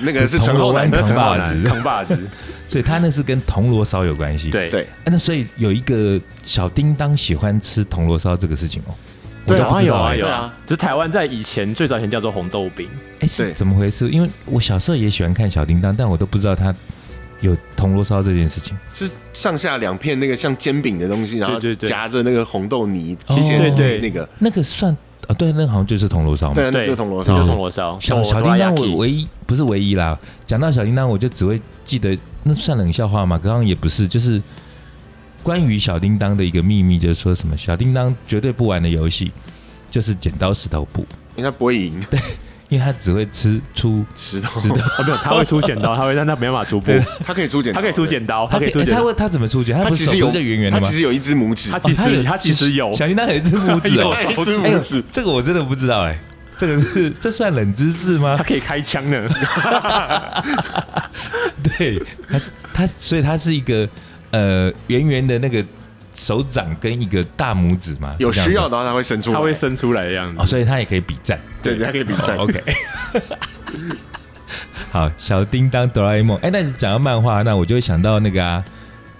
Speaker 1: 那个是
Speaker 3: 铜
Speaker 1: 陈
Speaker 3: 锣
Speaker 1: 浩
Speaker 3: 湾
Speaker 1: 南，
Speaker 3: 扛
Speaker 1: 陈浩
Speaker 3: 把
Speaker 1: 南。
Speaker 3: 子，
Speaker 2: 扛把
Speaker 3: [LAUGHS]
Speaker 2: 子，
Speaker 3: 所以他那是跟铜锣烧有关系。
Speaker 2: 对
Speaker 1: 对，
Speaker 3: 啊，那所以有一个小叮当喜欢吃铜锣烧这个事情哦，我
Speaker 1: 对
Speaker 3: 都
Speaker 1: 啊
Speaker 3: 不知
Speaker 2: 有
Speaker 3: 道
Speaker 2: 啊
Speaker 3: 哎
Speaker 2: 有
Speaker 1: 对
Speaker 2: 啊
Speaker 1: 啊，
Speaker 2: 只是台湾在以前最早以前叫做红豆饼，
Speaker 3: 哎是
Speaker 1: 对
Speaker 3: 怎么回事？因为我小时候也喜欢看小叮当，但我都不知道他有铜锣烧这件事情。
Speaker 1: 是上下两片那个像煎饼的东西，然后
Speaker 2: 对对对
Speaker 1: 夹着那个红豆泥，
Speaker 3: 哦
Speaker 1: 吸起来
Speaker 3: 对
Speaker 2: 对
Speaker 1: 那个，
Speaker 3: 那个算啊，对，那个好像就是铜锣烧嘛。
Speaker 1: 对，那嗯
Speaker 2: 对，
Speaker 1: 就是铜锣
Speaker 2: 这就
Speaker 1: 烧
Speaker 2: 是。铜锣烧，
Speaker 3: 小
Speaker 2: 铜
Speaker 3: 小
Speaker 2: 锣
Speaker 3: 叮当，
Speaker 2: 哆啦 A
Speaker 3: 我唯一不是唯一啦。讲到小叮当，我就只会记得那算冷笑话嘛，刚刚也不是，就是关于小叮当的一个秘密，就是说什么小叮当绝对不玩的游戏就是剪刀石头布，
Speaker 1: 因为他不会赢
Speaker 3: 因为他只会吃出
Speaker 1: 石
Speaker 3: 石
Speaker 1: 头
Speaker 3: 头，，
Speaker 2: [LAUGHS] 哦，没有，他会出剪刀，他会，但他没办法出布，
Speaker 1: 他可以出剪刀，
Speaker 2: 他可以出剪刀，他可以出
Speaker 3: 诶
Speaker 2: 剪
Speaker 3: 他
Speaker 2: 刀，
Speaker 3: 会他怎么出去？他
Speaker 1: 他
Speaker 3: 不
Speaker 1: 其
Speaker 3: 是手
Speaker 1: 实
Speaker 3: 不
Speaker 1: 有
Speaker 3: 是圆圆
Speaker 1: 他
Speaker 3: 的吗
Speaker 1: 其？实有一只拇指
Speaker 2: 他，其
Speaker 3: 哦
Speaker 2: 实
Speaker 3: 有
Speaker 2: 他其实有，
Speaker 3: 小叮当有一只拇
Speaker 2: [LAUGHS]
Speaker 3: 指哦，
Speaker 1: 有
Speaker 2: 哎
Speaker 1: 一
Speaker 2: 手
Speaker 1: 只
Speaker 2: 指
Speaker 3: 哎
Speaker 1: 拇
Speaker 3: 呦
Speaker 1: 指，
Speaker 3: 这个我真的不知道哎，这个是这算冷知识吗
Speaker 2: 他？可以开枪呢，
Speaker 3: [LAUGHS] 对，它它所以它是一个呃圆圆的那个手掌跟一个大拇指嘛，
Speaker 1: 有
Speaker 3: 是这样
Speaker 1: 需要
Speaker 3: 吗
Speaker 1: 的话他会伸出来，
Speaker 2: [LAUGHS] 他会伸哦出来的样
Speaker 3: 哦，
Speaker 2: 子。
Speaker 3: 所以它也可以比战。
Speaker 1: 对，对他可以比赛。
Speaker 3: OK，好，小叮当哆啦 A 梦。哎，那讲到漫画，那我就会想到那个啊，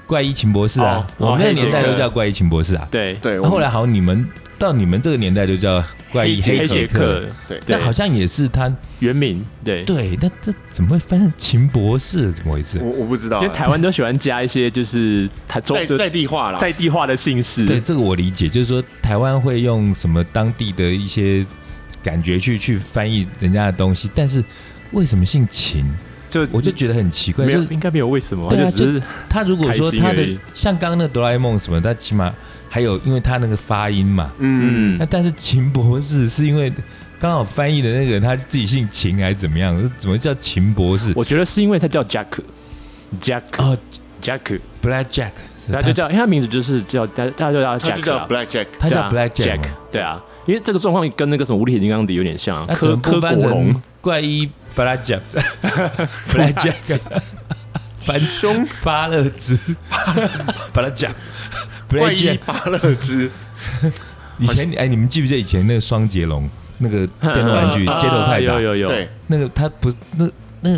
Speaker 3: 怪医秦博士啊，
Speaker 2: 哦哦
Speaker 3: 我们那
Speaker 2: 黑
Speaker 3: 个
Speaker 2: 杰
Speaker 3: 年
Speaker 2: 克
Speaker 3: 代都叫怪医秦博士啊。
Speaker 2: 对，
Speaker 1: 对，我
Speaker 3: 后
Speaker 1: 们
Speaker 3: 来好，像你们到你们这个年代就叫怪医
Speaker 1: 黑
Speaker 2: 黑
Speaker 3: 杰
Speaker 2: 杰
Speaker 3: 克
Speaker 2: 克。，
Speaker 1: 对
Speaker 3: 那
Speaker 2: 对，
Speaker 3: 好像也是他
Speaker 2: 原名，对，因
Speaker 3: 对，那这怎么会翻成秦博士？怎么回事？
Speaker 1: 我我不知道啊
Speaker 2: 为，台湾都喜欢加一些就是台中
Speaker 1: 在
Speaker 2: 就
Speaker 1: 在地化啦，
Speaker 2: 在地化的姓氏，
Speaker 3: 对，这个我理解，就是说台湾会用什么当地的一些感觉去去翻译人家的东西，但是为什么姓秦，
Speaker 2: 就
Speaker 3: 我就觉得很奇怪。
Speaker 2: 没有
Speaker 3: 就是
Speaker 2: 应该没有为什么，
Speaker 3: 对啊
Speaker 2: 就只是
Speaker 3: 他如果说
Speaker 2: 开心
Speaker 3: 他
Speaker 2: 而
Speaker 3: 的
Speaker 2: 已
Speaker 3: 像刚刚那哆啦 A 梦什么，他起码还有，因为他那个发音嘛。
Speaker 1: 嗯，
Speaker 2: 嗯
Speaker 3: 那、，但是秦博士是因为刚好翻译的那个人他自己姓秦还是怎么样？怎么叫秦博士？
Speaker 2: 我觉得是因为他叫 Jack，Jack，Jack。
Speaker 3: 哦
Speaker 2: Jack
Speaker 3: ，Black Jack，
Speaker 2: 他就叫，因为他名字就是叫他，他就叫
Speaker 1: 他就
Speaker 2: Jack，
Speaker 1: 叫
Speaker 2: 啦
Speaker 1: Black Jack，
Speaker 3: 他
Speaker 2: 对
Speaker 3: 叫
Speaker 2: 啊
Speaker 3: Black Jack，
Speaker 2: Jack，
Speaker 3: 嘛
Speaker 2: 对啊，因为这个状况跟那个什么无敌铁金刚里有点像啊，
Speaker 3: 那怎
Speaker 2: 柯柯
Speaker 3: 么不
Speaker 2: 国
Speaker 3: 翻
Speaker 2: 龙
Speaker 3: 成，怪医 Black
Speaker 2: [LAUGHS]
Speaker 3: Jack，Black Jack，翻
Speaker 1: 凶
Speaker 3: 巴勒兹，把它讲。
Speaker 1: 怪
Speaker 3: Black
Speaker 1: 医
Speaker 3: Jack，
Speaker 1: 巴乐之，
Speaker 3: 以前哎，你们记不记得以前那个双截龙那个电动玩
Speaker 2: [LAUGHS]
Speaker 3: 具
Speaker 2: 啊
Speaker 3: 街头派
Speaker 2: 有
Speaker 3: 打？
Speaker 2: 有
Speaker 1: [LAUGHS]
Speaker 2: 有，
Speaker 1: 对，
Speaker 3: 那个他不那那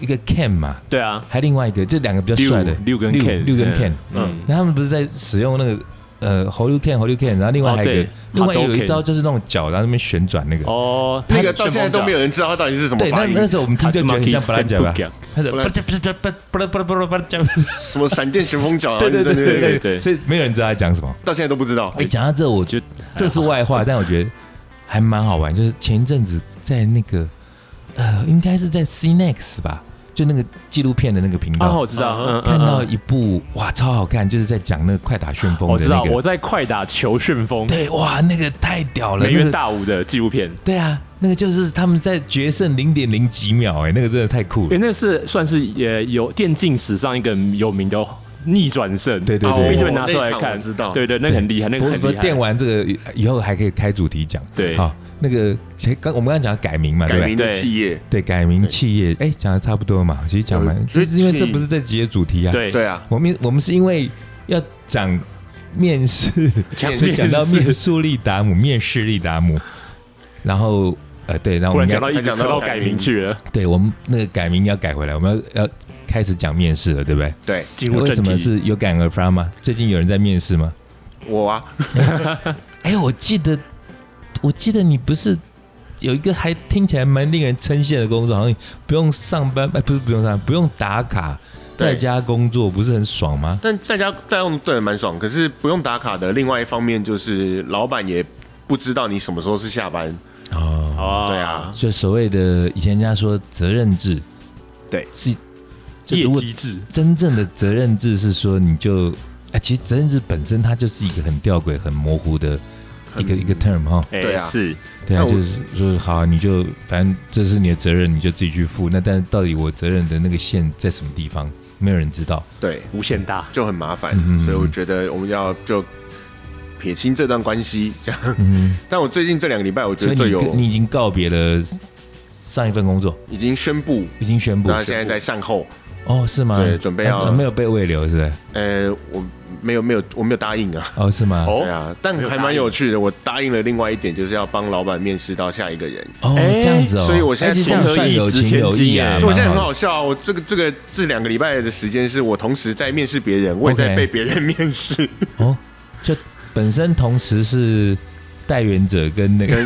Speaker 3: 一个 Ken 嘛，
Speaker 2: 对啊，
Speaker 3: 还另外一个，这两个比较
Speaker 2: 六
Speaker 3: 帅的
Speaker 2: 六跟 Ken，
Speaker 3: 六跟
Speaker 2: 嗯
Speaker 3: Ken，
Speaker 1: 嗯
Speaker 3: 那他们不是在使用那个呃猴六 Ken 猴六 Ken，然后另外还有一个
Speaker 2: 哦对
Speaker 3: 另外有
Speaker 2: Hadouken
Speaker 3: 一招就是那种脚，然后那边旋转那个。
Speaker 2: 哦，
Speaker 1: 那个到现在都没
Speaker 2: 有
Speaker 1: 有人知道他到底是什么
Speaker 3: 对，那
Speaker 1: 发音，
Speaker 3: 那时候我们听就觉得很像巴拉加吧，哦他是巴拉
Speaker 1: Black-
Speaker 3: 加巴拉巴拉巴拉巴拉加，
Speaker 1: 什么闪电旋风脚，啊
Speaker 3: [LAUGHS] 对对对对对
Speaker 2: 对
Speaker 3: 对，
Speaker 2: 对
Speaker 3: 所以没有人知道他讲什么。
Speaker 1: 到现在都不知道
Speaker 3: 哎、。讲到这，我就
Speaker 2: 就
Speaker 3: 这是外话，但我觉得还蛮好玩。就是前一阵子在那个呃，应该是在 CNEX 吧，就那个纪录片的那个频
Speaker 2: 啊，
Speaker 3: 道，
Speaker 2: 我知道，
Speaker 1: 嗯
Speaker 2: 嗯，嗯
Speaker 3: 看到
Speaker 2: 嗯
Speaker 3: 一部哇，超好看，就是在讲那个快打旋风
Speaker 2: 我哦
Speaker 3: 的
Speaker 2: 知道
Speaker 3: 那
Speaker 2: 我
Speaker 3: 个。
Speaker 2: 在快打求旋风
Speaker 3: 对，哇，那个太屌了！
Speaker 2: 梅
Speaker 3: 那
Speaker 2: 园
Speaker 3: 个
Speaker 2: 大武的纪录片，
Speaker 3: 对啊，那个就是他们在决胜零点零几秒、哎，那个真的太酷
Speaker 2: 因为
Speaker 3: 了。
Speaker 2: 那是算是也有电竞史上一个有名的逆转胜，
Speaker 3: 对对对
Speaker 2: 啊我们就会
Speaker 1: 哦
Speaker 2: 拿出
Speaker 1: 那
Speaker 2: 来
Speaker 1: 一场我
Speaker 2: 看，
Speaker 1: 知道
Speaker 2: 对对，那个很厉害，那个
Speaker 3: 不
Speaker 2: 很
Speaker 3: 不
Speaker 2: 厉害，
Speaker 3: 电玩这个以后还可以开主题讲。
Speaker 2: 对
Speaker 3: 好，那个前刚我们刚刚讲到改名嘛，对不
Speaker 1: 改
Speaker 3: 对？
Speaker 1: 名的
Speaker 2: 对
Speaker 1: 企业，
Speaker 3: 对，改名企业，哎，讲的差不多嘛，其实讲完
Speaker 1: 呃，
Speaker 3: 就
Speaker 1: 这
Speaker 3: 是因为这
Speaker 1: 企
Speaker 3: 不是这集的主题啊。，
Speaker 2: 对
Speaker 1: 对啊，
Speaker 3: 我们我们是因为要讲面试，
Speaker 2: [LAUGHS] 讲
Speaker 3: 是讲到
Speaker 2: 面试
Speaker 3: 面速力达姆、面试利达姆，然后呃，对，然后
Speaker 2: 忽
Speaker 3: 我
Speaker 2: 然
Speaker 3: 们
Speaker 2: 讲
Speaker 3: 要
Speaker 2: 到一直
Speaker 1: 讲
Speaker 2: 扯
Speaker 1: 到
Speaker 2: 到
Speaker 1: 改
Speaker 2: 改
Speaker 1: 名
Speaker 2: 名去
Speaker 3: [LAUGHS]
Speaker 2: 了，
Speaker 3: 对我们那个改名要改回来，我们要要开始讲面试了，对不对？
Speaker 1: 对
Speaker 2: 进入
Speaker 3: 为什
Speaker 2: 正
Speaker 3: 么
Speaker 2: 题。
Speaker 3: 是有感而发吗？最近有人在面试吗？
Speaker 1: 我啊，
Speaker 3: 哎，我记得，我记得你不是有一个还听起来蛮令人称羡的工作，好像你不用上班，哎，不是不用上班，不用打卡，
Speaker 1: 对
Speaker 3: 在家工作，不是很爽吗？
Speaker 1: 但在家在用对蛮爽，可是不用打卡的。另外一方面就是老板也不知道你什么时候是下班，
Speaker 3: 哦，
Speaker 2: 哦
Speaker 1: 对啊，
Speaker 3: 就所谓的以前人家说责任制，
Speaker 1: 对
Speaker 3: 是就
Speaker 2: 业
Speaker 3: 如果
Speaker 2: 绩制，
Speaker 3: 真正的责任制是说，你就哎、其实责任制本身它就是一个很吊诡、很模糊的一个
Speaker 1: 很
Speaker 3: 一个 term 哈。
Speaker 2: 哎、
Speaker 1: 对啊
Speaker 2: 是
Speaker 3: 对
Speaker 1: 那
Speaker 3: 啊，
Speaker 1: 我
Speaker 3: 就是说好啊、你就反正这是你的责任，你就自己去负。那但是到底我责任的那个线在什么地方，没有人知道。
Speaker 1: 对，
Speaker 2: 无限大，
Speaker 1: 就很麻烦
Speaker 3: 嗯，
Speaker 1: 所以我觉得我们要就撇清这段关系。这样，
Speaker 3: 嗯，
Speaker 1: [LAUGHS] 但我最近这两个礼拜，我觉
Speaker 3: 所
Speaker 1: 得
Speaker 3: 以
Speaker 1: 最有
Speaker 3: 你你已经告别了上一份工作，
Speaker 1: 已经宣布，
Speaker 3: 已经宣布
Speaker 1: 那现在在善后。
Speaker 3: 哦，是吗？
Speaker 1: 对准备要
Speaker 3: 啊没有被未留，是不是？
Speaker 1: 呃，我没有没有我没有答应啊，
Speaker 3: 哦，是吗？
Speaker 2: 哦
Speaker 1: 对啊，但
Speaker 2: 没有答
Speaker 1: 还
Speaker 2: 应
Speaker 1: 蛮有趣的。我答应了另外一点，就是要帮老板面试到下一个人。
Speaker 3: 哦，
Speaker 2: 哎
Speaker 3: 这样子哦，
Speaker 1: 所以我现在
Speaker 3: 哎其实这样
Speaker 2: 情何
Speaker 3: 算
Speaker 2: 以
Speaker 3: 有
Speaker 2: 值
Speaker 3: 情
Speaker 2: 千
Speaker 3: 有
Speaker 2: 金
Speaker 3: 义啊，
Speaker 2: 哎
Speaker 1: 所以我现在很
Speaker 3: 蛮的
Speaker 1: 好笑啊！我这个这个这两个礼拜的时间，是我同时在面试别人，我也在
Speaker 3: OK
Speaker 1: 被别人面
Speaker 3: [LAUGHS]
Speaker 1: 试，
Speaker 3: 哦，就本身同时是代言者跟那个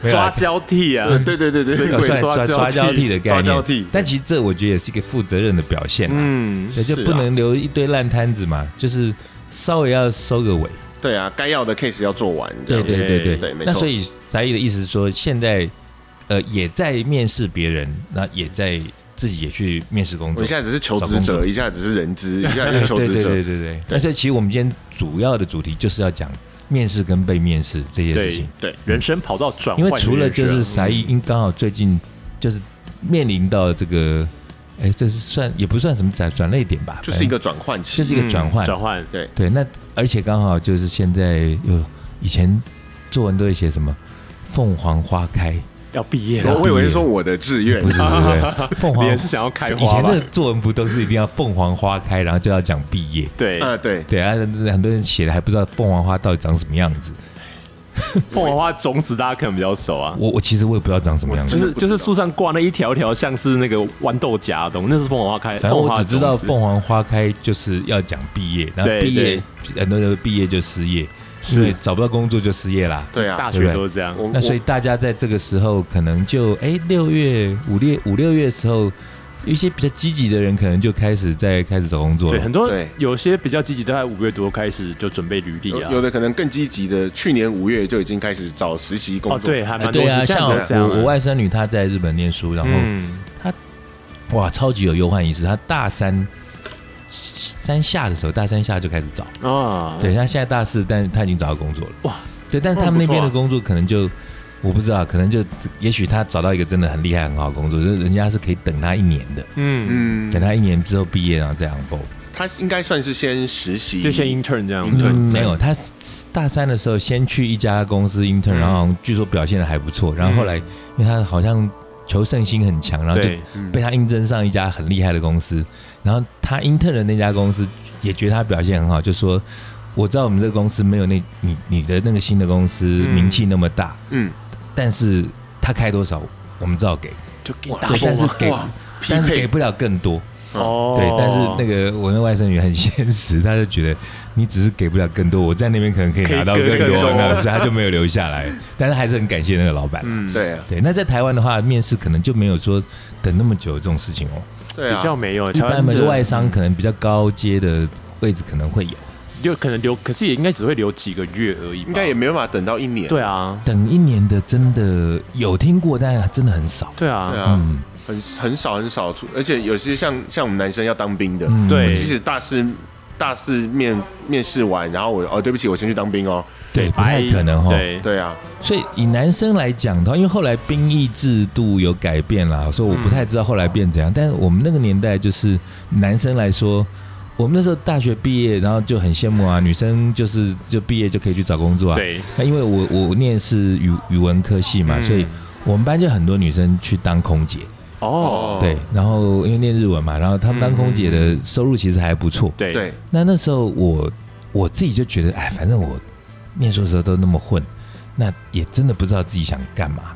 Speaker 3: 没有
Speaker 2: 抓
Speaker 3: 啊
Speaker 2: 交替啊，
Speaker 1: 对对对对
Speaker 2: 这
Speaker 1: 对
Speaker 2: 个
Speaker 1: 对
Speaker 2: 算
Speaker 3: 算抓
Speaker 2: 交
Speaker 3: 抓交替的概
Speaker 1: 抓
Speaker 3: 念，
Speaker 1: 交替
Speaker 3: 但其实这我觉得也是一个负责任的表现啊，
Speaker 2: 嗯，
Speaker 3: 对，就是
Speaker 1: 啊
Speaker 3: 不能留一堆烂摊子嘛，就是稍微要收个尾。
Speaker 1: 对啊，该要的 case 要做完，这
Speaker 3: 对
Speaker 1: 样
Speaker 3: 对对对
Speaker 1: 对没
Speaker 3: 那
Speaker 1: 错
Speaker 3: 所以才艺的意思是说，现在呃也在面试别人，那也在自己也去面试工
Speaker 1: 我
Speaker 3: 作
Speaker 1: 一。下子是求职
Speaker 3: 找工
Speaker 1: 者，
Speaker 3: 作
Speaker 1: 一下子是人
Speaker 3: [LAUGHS]
Speaker 1: 资，一下子
Speaker 3: 对
Speaker 1: 是求
Speaker 3: 对
Speaker 1: 职
Speaker 3: 对对
Speaker 1: 者，
Speaker 3: 对对。那所以其实我们今天主要的主题就是要讲面试跟被面试这些事
Speaker 2: 对
Speaker 3: 情。
Speaker 1: 对，
Speaker 2: 人生跑道转换啊
Speaker 3: 因
Speaker 2: 的
Speaker 3: 为
Speaker 2: 人生，
Speaker 3: 除了就是
Speaker 2: 嗯
Speaker 3: 才艺，因刚好最近就是面临到这个，哎，这是算也不算什么转转类点吧，
Speaker 1: 就是一个转换
Speaker 3: 反正就
Speaker 1: 期，
Speaker 3: 是一个转换
Speaker 2: 嗯。转换，
Speaker 3: 对，那而且刚好就是现在有以前作文都会写什么凤凰花开，
Speaker 2: 要毕业
Speaker 1: 我
Speaker 2: 了，
Speaker 1: 我以为是说我的志愿
Speaker 3: 不
Speaker 1: [LAUGHS]
Speaker 3: 是不是不是凤
Speaker 2: 你也
Speaker 3: 凰
Speaker 2: 是。想要开
Speaker 3: 以
Speaker 2: 花
Speaker 3: 前
Speaker 2: 吧
Speaker 3: 的？作文不都是一定要凤凰花开，然后就要讲毕业？
Speaker 2: 对，
Speaker 1: 啊，对，
Speaker 3: 对啊，很多人写的还不知道凤凰花到底长什么样子。
Speaker 2: 凤凰花种子大家可能比较熟啊。
Speaker 3: 我我其实我也不知道长什么样
Speaker 2: 就
Speaker 3: 子，
Speaker 2: 是就是树上挂那一条条像是那个豌豆荚的东西，那是凤凰花开。
Speaker 3: 反正我
Speaker 2: 花
Speaker 3: 只
Speaker 2: 的
Speaker 3: 知道
Speaker 2: 种子
Speaker 3: 凤凰花开就是要讲毕业，然后
Speaker 2: 对
Speaker 3: 毕业
Speaker 2: 对
Speaker 3: 很多人毕业就失业，
Speaker 2: 是
Speaker 3: 因为找不到工作就失业啦。
Speaker 1: 对
Speaker 2: 大
Speaker 1: 啊，
Speaker 2: 学都是这样。
Speaker 1: 我
Speaker 3: 那所以大家在这个时候可能就哎六月五六五六月的时候，有一些比较积极的人可能就开始在开始找工作
Speaker 2: 对，
Speaker 3: 了
Speaker 2: 很。多
Speaker 1: 对
Speaker 2: 有些比较积极，都在五月多开始就准备履
Speaker 1: 我
Speaker 2: 历啊
Speaker 1: 有。有的可能更积极的，去年五月就已经开始找实习工
Speaker 2: 哦，
Speaker 1: 作，
Speaker 2: 对，还
Speaker 3: 哎
Speaker 2: 蛮多
Speaker 3: 对啊，
Speaker 2: 是
Speaker 3: 像
Speaker 2: 像
Speaker 3: 我
Speaker 2: 这样
Speaker 3: 我
Speaker 2: 啊。
Speaker 3: 我外甥女她在日本念书，然后、
Speaker 2: 嗯，
Speaker 3: 哇超级有忧患意识，她大三三下的时候，大三下就开始找。
Speaker 2: 啊，
Speaker 3: 对，他现在大四，但是他已经找到工作了。
Speaker 2: 哇，
Speaker 3: 对，但是
Speaker 1: 那
Speaker 3: 他
Speaker 1: 很
Speaker 3: 们那
Speaker 1: 不错啊
Speaker 3: 边的工作可能就，我不知道，可能就，也许他找到一个真的很厉害、很好的工作，就是人家是可以等他一年的，
Speaker 2: 嗯，
Speaker 1: 嗯
Speaker 3: 等，他一年之后毕业，然啊后再 on b o
Speaker 1: 他应该算是先实习，
Speaker 2: 就先 intern 这样。
Speaker 1: 对
Speaker 3: 嗯，没有，他大三的时候先去一家公司 intern，、
Speaker 2: 嗯
Speaker 3: 然后好像据说表现的还不错，然后后来因为他好像求胜心很强，然后就
Speaker 2: 对，
Speaker 1: 嗯
Speaker 3: 被他应征上一家很厉害的公司，然后他 intern 的那家公司也觉得他表现很好，就说我知道我们这个公司没有那你你的那个新的公司
Speaker 2: 嗯
Speaker 3: 名气那么大，
Speaker 1: 嗯，
Speaker 3: 但是他开多少我们照给，
Speaker 2: 就给
Speaker 1: 哇
Speaker 2: 大
Speaker 3: 对，但是
Speaker 1: 哇
Speaker 3: 给
Speaker 1: 哇匹
Speaker 3: 但是给
Speaker 1: 配
Speaker 3: 不了更多，
Speaker 1: 嗯
Speaker 2: 哦。
Speaker 3: 对，但是那个我那外甥女很 [LAUGHS] 现实，她就觉得你只是给不了更多，我在那边可能可以
Speaker 2: 可以
Speaker 3: 拿到
Speaker 2: 更
Speaker 3: 更多，
Speaker 2: 多
Speaker 3: 那所以她就没有留下来，但是还是很感谢那个老板。
Speaker 2: 嗯，
Speaker 1: 对啊，
Speaker 3: 对，那在台湾的话，面试可能就没有说等那么久这种事情哦。
Speaker 1: 对
Speaker 2: 比较
Speaker 1: 啊，
Speaker 2: 没有。
Speaker 3: 一
Speaker 2: 台
Speaker 3: 般
Speaker 2: 湾
Speaker 3: 的
Speaker 2: 的
Speaker 3: 外商可能比较高阶的位置可能会有，
Speaker 2: 就可能留，可是也应该只会留几个月而已吧。
Speaker 1: 应该也没办法等到一年，
Speaker 2: 对啊，
Speaker 3: 等一年的真的有听过，但真的很少。
Speaker 2: 对
Speaker 1: 对
Speaker 2: 啊，
Speaker 1: 啊，
Speaker 3: 嗯
Speaker 1: 很很少很少出，而且有些像像我们男生要当兵的，
Speaker 3: 嗯
Speaker 2: 对
Speaker 1: 即使大四大四面面试完，然后我哦对不起，我先去当兵哦，
Speaker 3: 对，不太可能哈。
Speaker 2: 对，
Speaker 1: 对啊，
Speaker 3: 所以以男生来讲的话，因为后来兵役制度有改变啦，所以我不太知道后来变怎样。
Speaker 2: 嗯
Speaker 3: 但是我们那个年代，就是男生来说，我们那时候大学毕业，然后就很羡慕啊，女生就是就毕业就可以去找工作啊。，
Speaker 2: 对，
Speaker 3: 那因为我我我念是语语文科系嘛，
Speaker 2: 嗯
Speaker 3: 所以我们班就很多女生去当空姐。
Speaker 2: 哦，
Speaker 3: 对，然后因为念日文嘛，然后他们当空姐的收入其实还不错。
Speaker 2: 对
Speaker 1: 对，
Speaker 3: 那那时候我我自己就觉得，哎，反正我念书的时候都那么混，那也真的不知道自己想干嘛，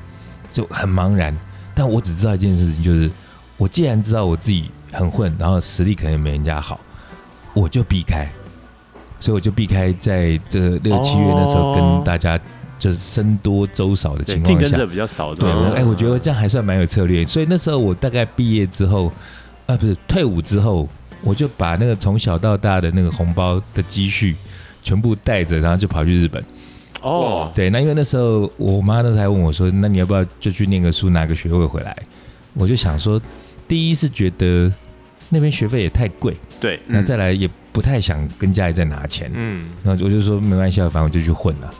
Speaker 3: 就很茫然。但我只知道一件事情，就是我既然知道我自己很混，然后实力可能也没人家好，我就避开。所以我就避开在这六七月那时候
Speaker 2: 哦
Speaker 3: 跟大家就是僧多粥少的
Speaker 2: 对，
Speaker 3: 情
Speaker 2: 竞
Speaker 3: 况
Speaker 2: 争
Speaker 3: 下
Speaker 2: 者，比较少的
Speaker 3: 对，
Speaker 2: 地
Speaker 3: 我
Speaker 2: 方。
Speaker 3: 哎、我觉得这样还算蛮有策略。所以那时候我大概毕业之后，啊，不是退伍之后，我就把那个从小到大的那个红包的积蓄全部带着，然后就跑去日本。
Speaker 2: 哦，
Speaker 3: 对，那因为那时候我妈那时候还问我说：“那你要不要就去念个书，拿个学位回来？”我就想说，第一是觉得那边学费也太贵，
Speaker 2: 对，
Speaker 3: 那
Speaker 1: 嗯
Speaker 3: 再来也不太想跟家里再拿钱，
Speaker 2: 嗯
Speaker 3: 然后我就说没关系啊，反正我就去混了。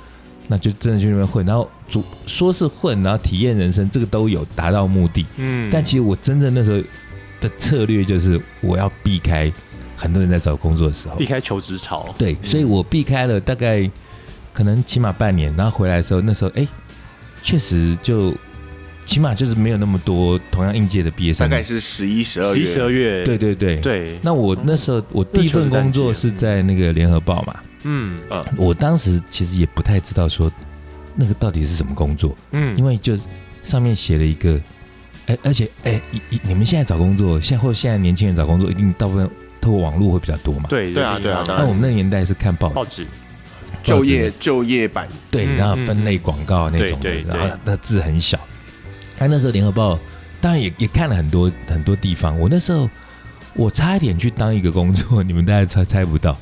Speaker 3: 那就真的去那边混，然后主说是混，然后体验人生，这个都有达到目的。
Speaker 2: 嗯，
Speaker 3: 但其实我真正那时候的策略就是，我要避开很多人在找工作的时候
Speaker 2: 避，开求职潮，
Speaker 3: 对，所以我避开了大概可能起码半年，然后回来的时候，那时候哎，确实就起码就是没有那么多同样应届的毕业
Speaker 1: 大
Speaker 3: 生，
Speaker 1: 概是十一、十二
Speaker 2: 十一、十
Speaker 1: 月，
Speaker 2: 二月，
Speaker 3: 对对对。
Speaker 2: 对，
Speaker 3: 那我那时候我第一份工作是在那个联合报嘛，
Speaker 2: 嗯
Speaker 3: 我当时其实也不太知道说那个到底是什么工作，
Speaker 2: 嗯，
Speaker 3: 因为就上面写了一个，哎，而且哎，一一你们现在找工作，现在或者现在年轻人找工作，一定大部分透过网络会比较多嘛。
Speaker 2: 对
Speaker 1: 对啊对啊当
Speaker 3: 那
Speaker 1: 然
Speaker 3: 我们那个年代是看报
Speaker 2: 报
Speaker 3: 纸，
Speaker 2: 纸，
Speaker 1: 就业就业版，
Speaker 3: 对，
Speaker 2: 嗯
Speaker 3: 然后分类广告那种的，
Speaker 2: 对对对
Speaker 3: 然后那字很小。但那时候联合报当然也也看了很多很多地方，我那时候我差一点去当一个工作，你们大家猜猜不到。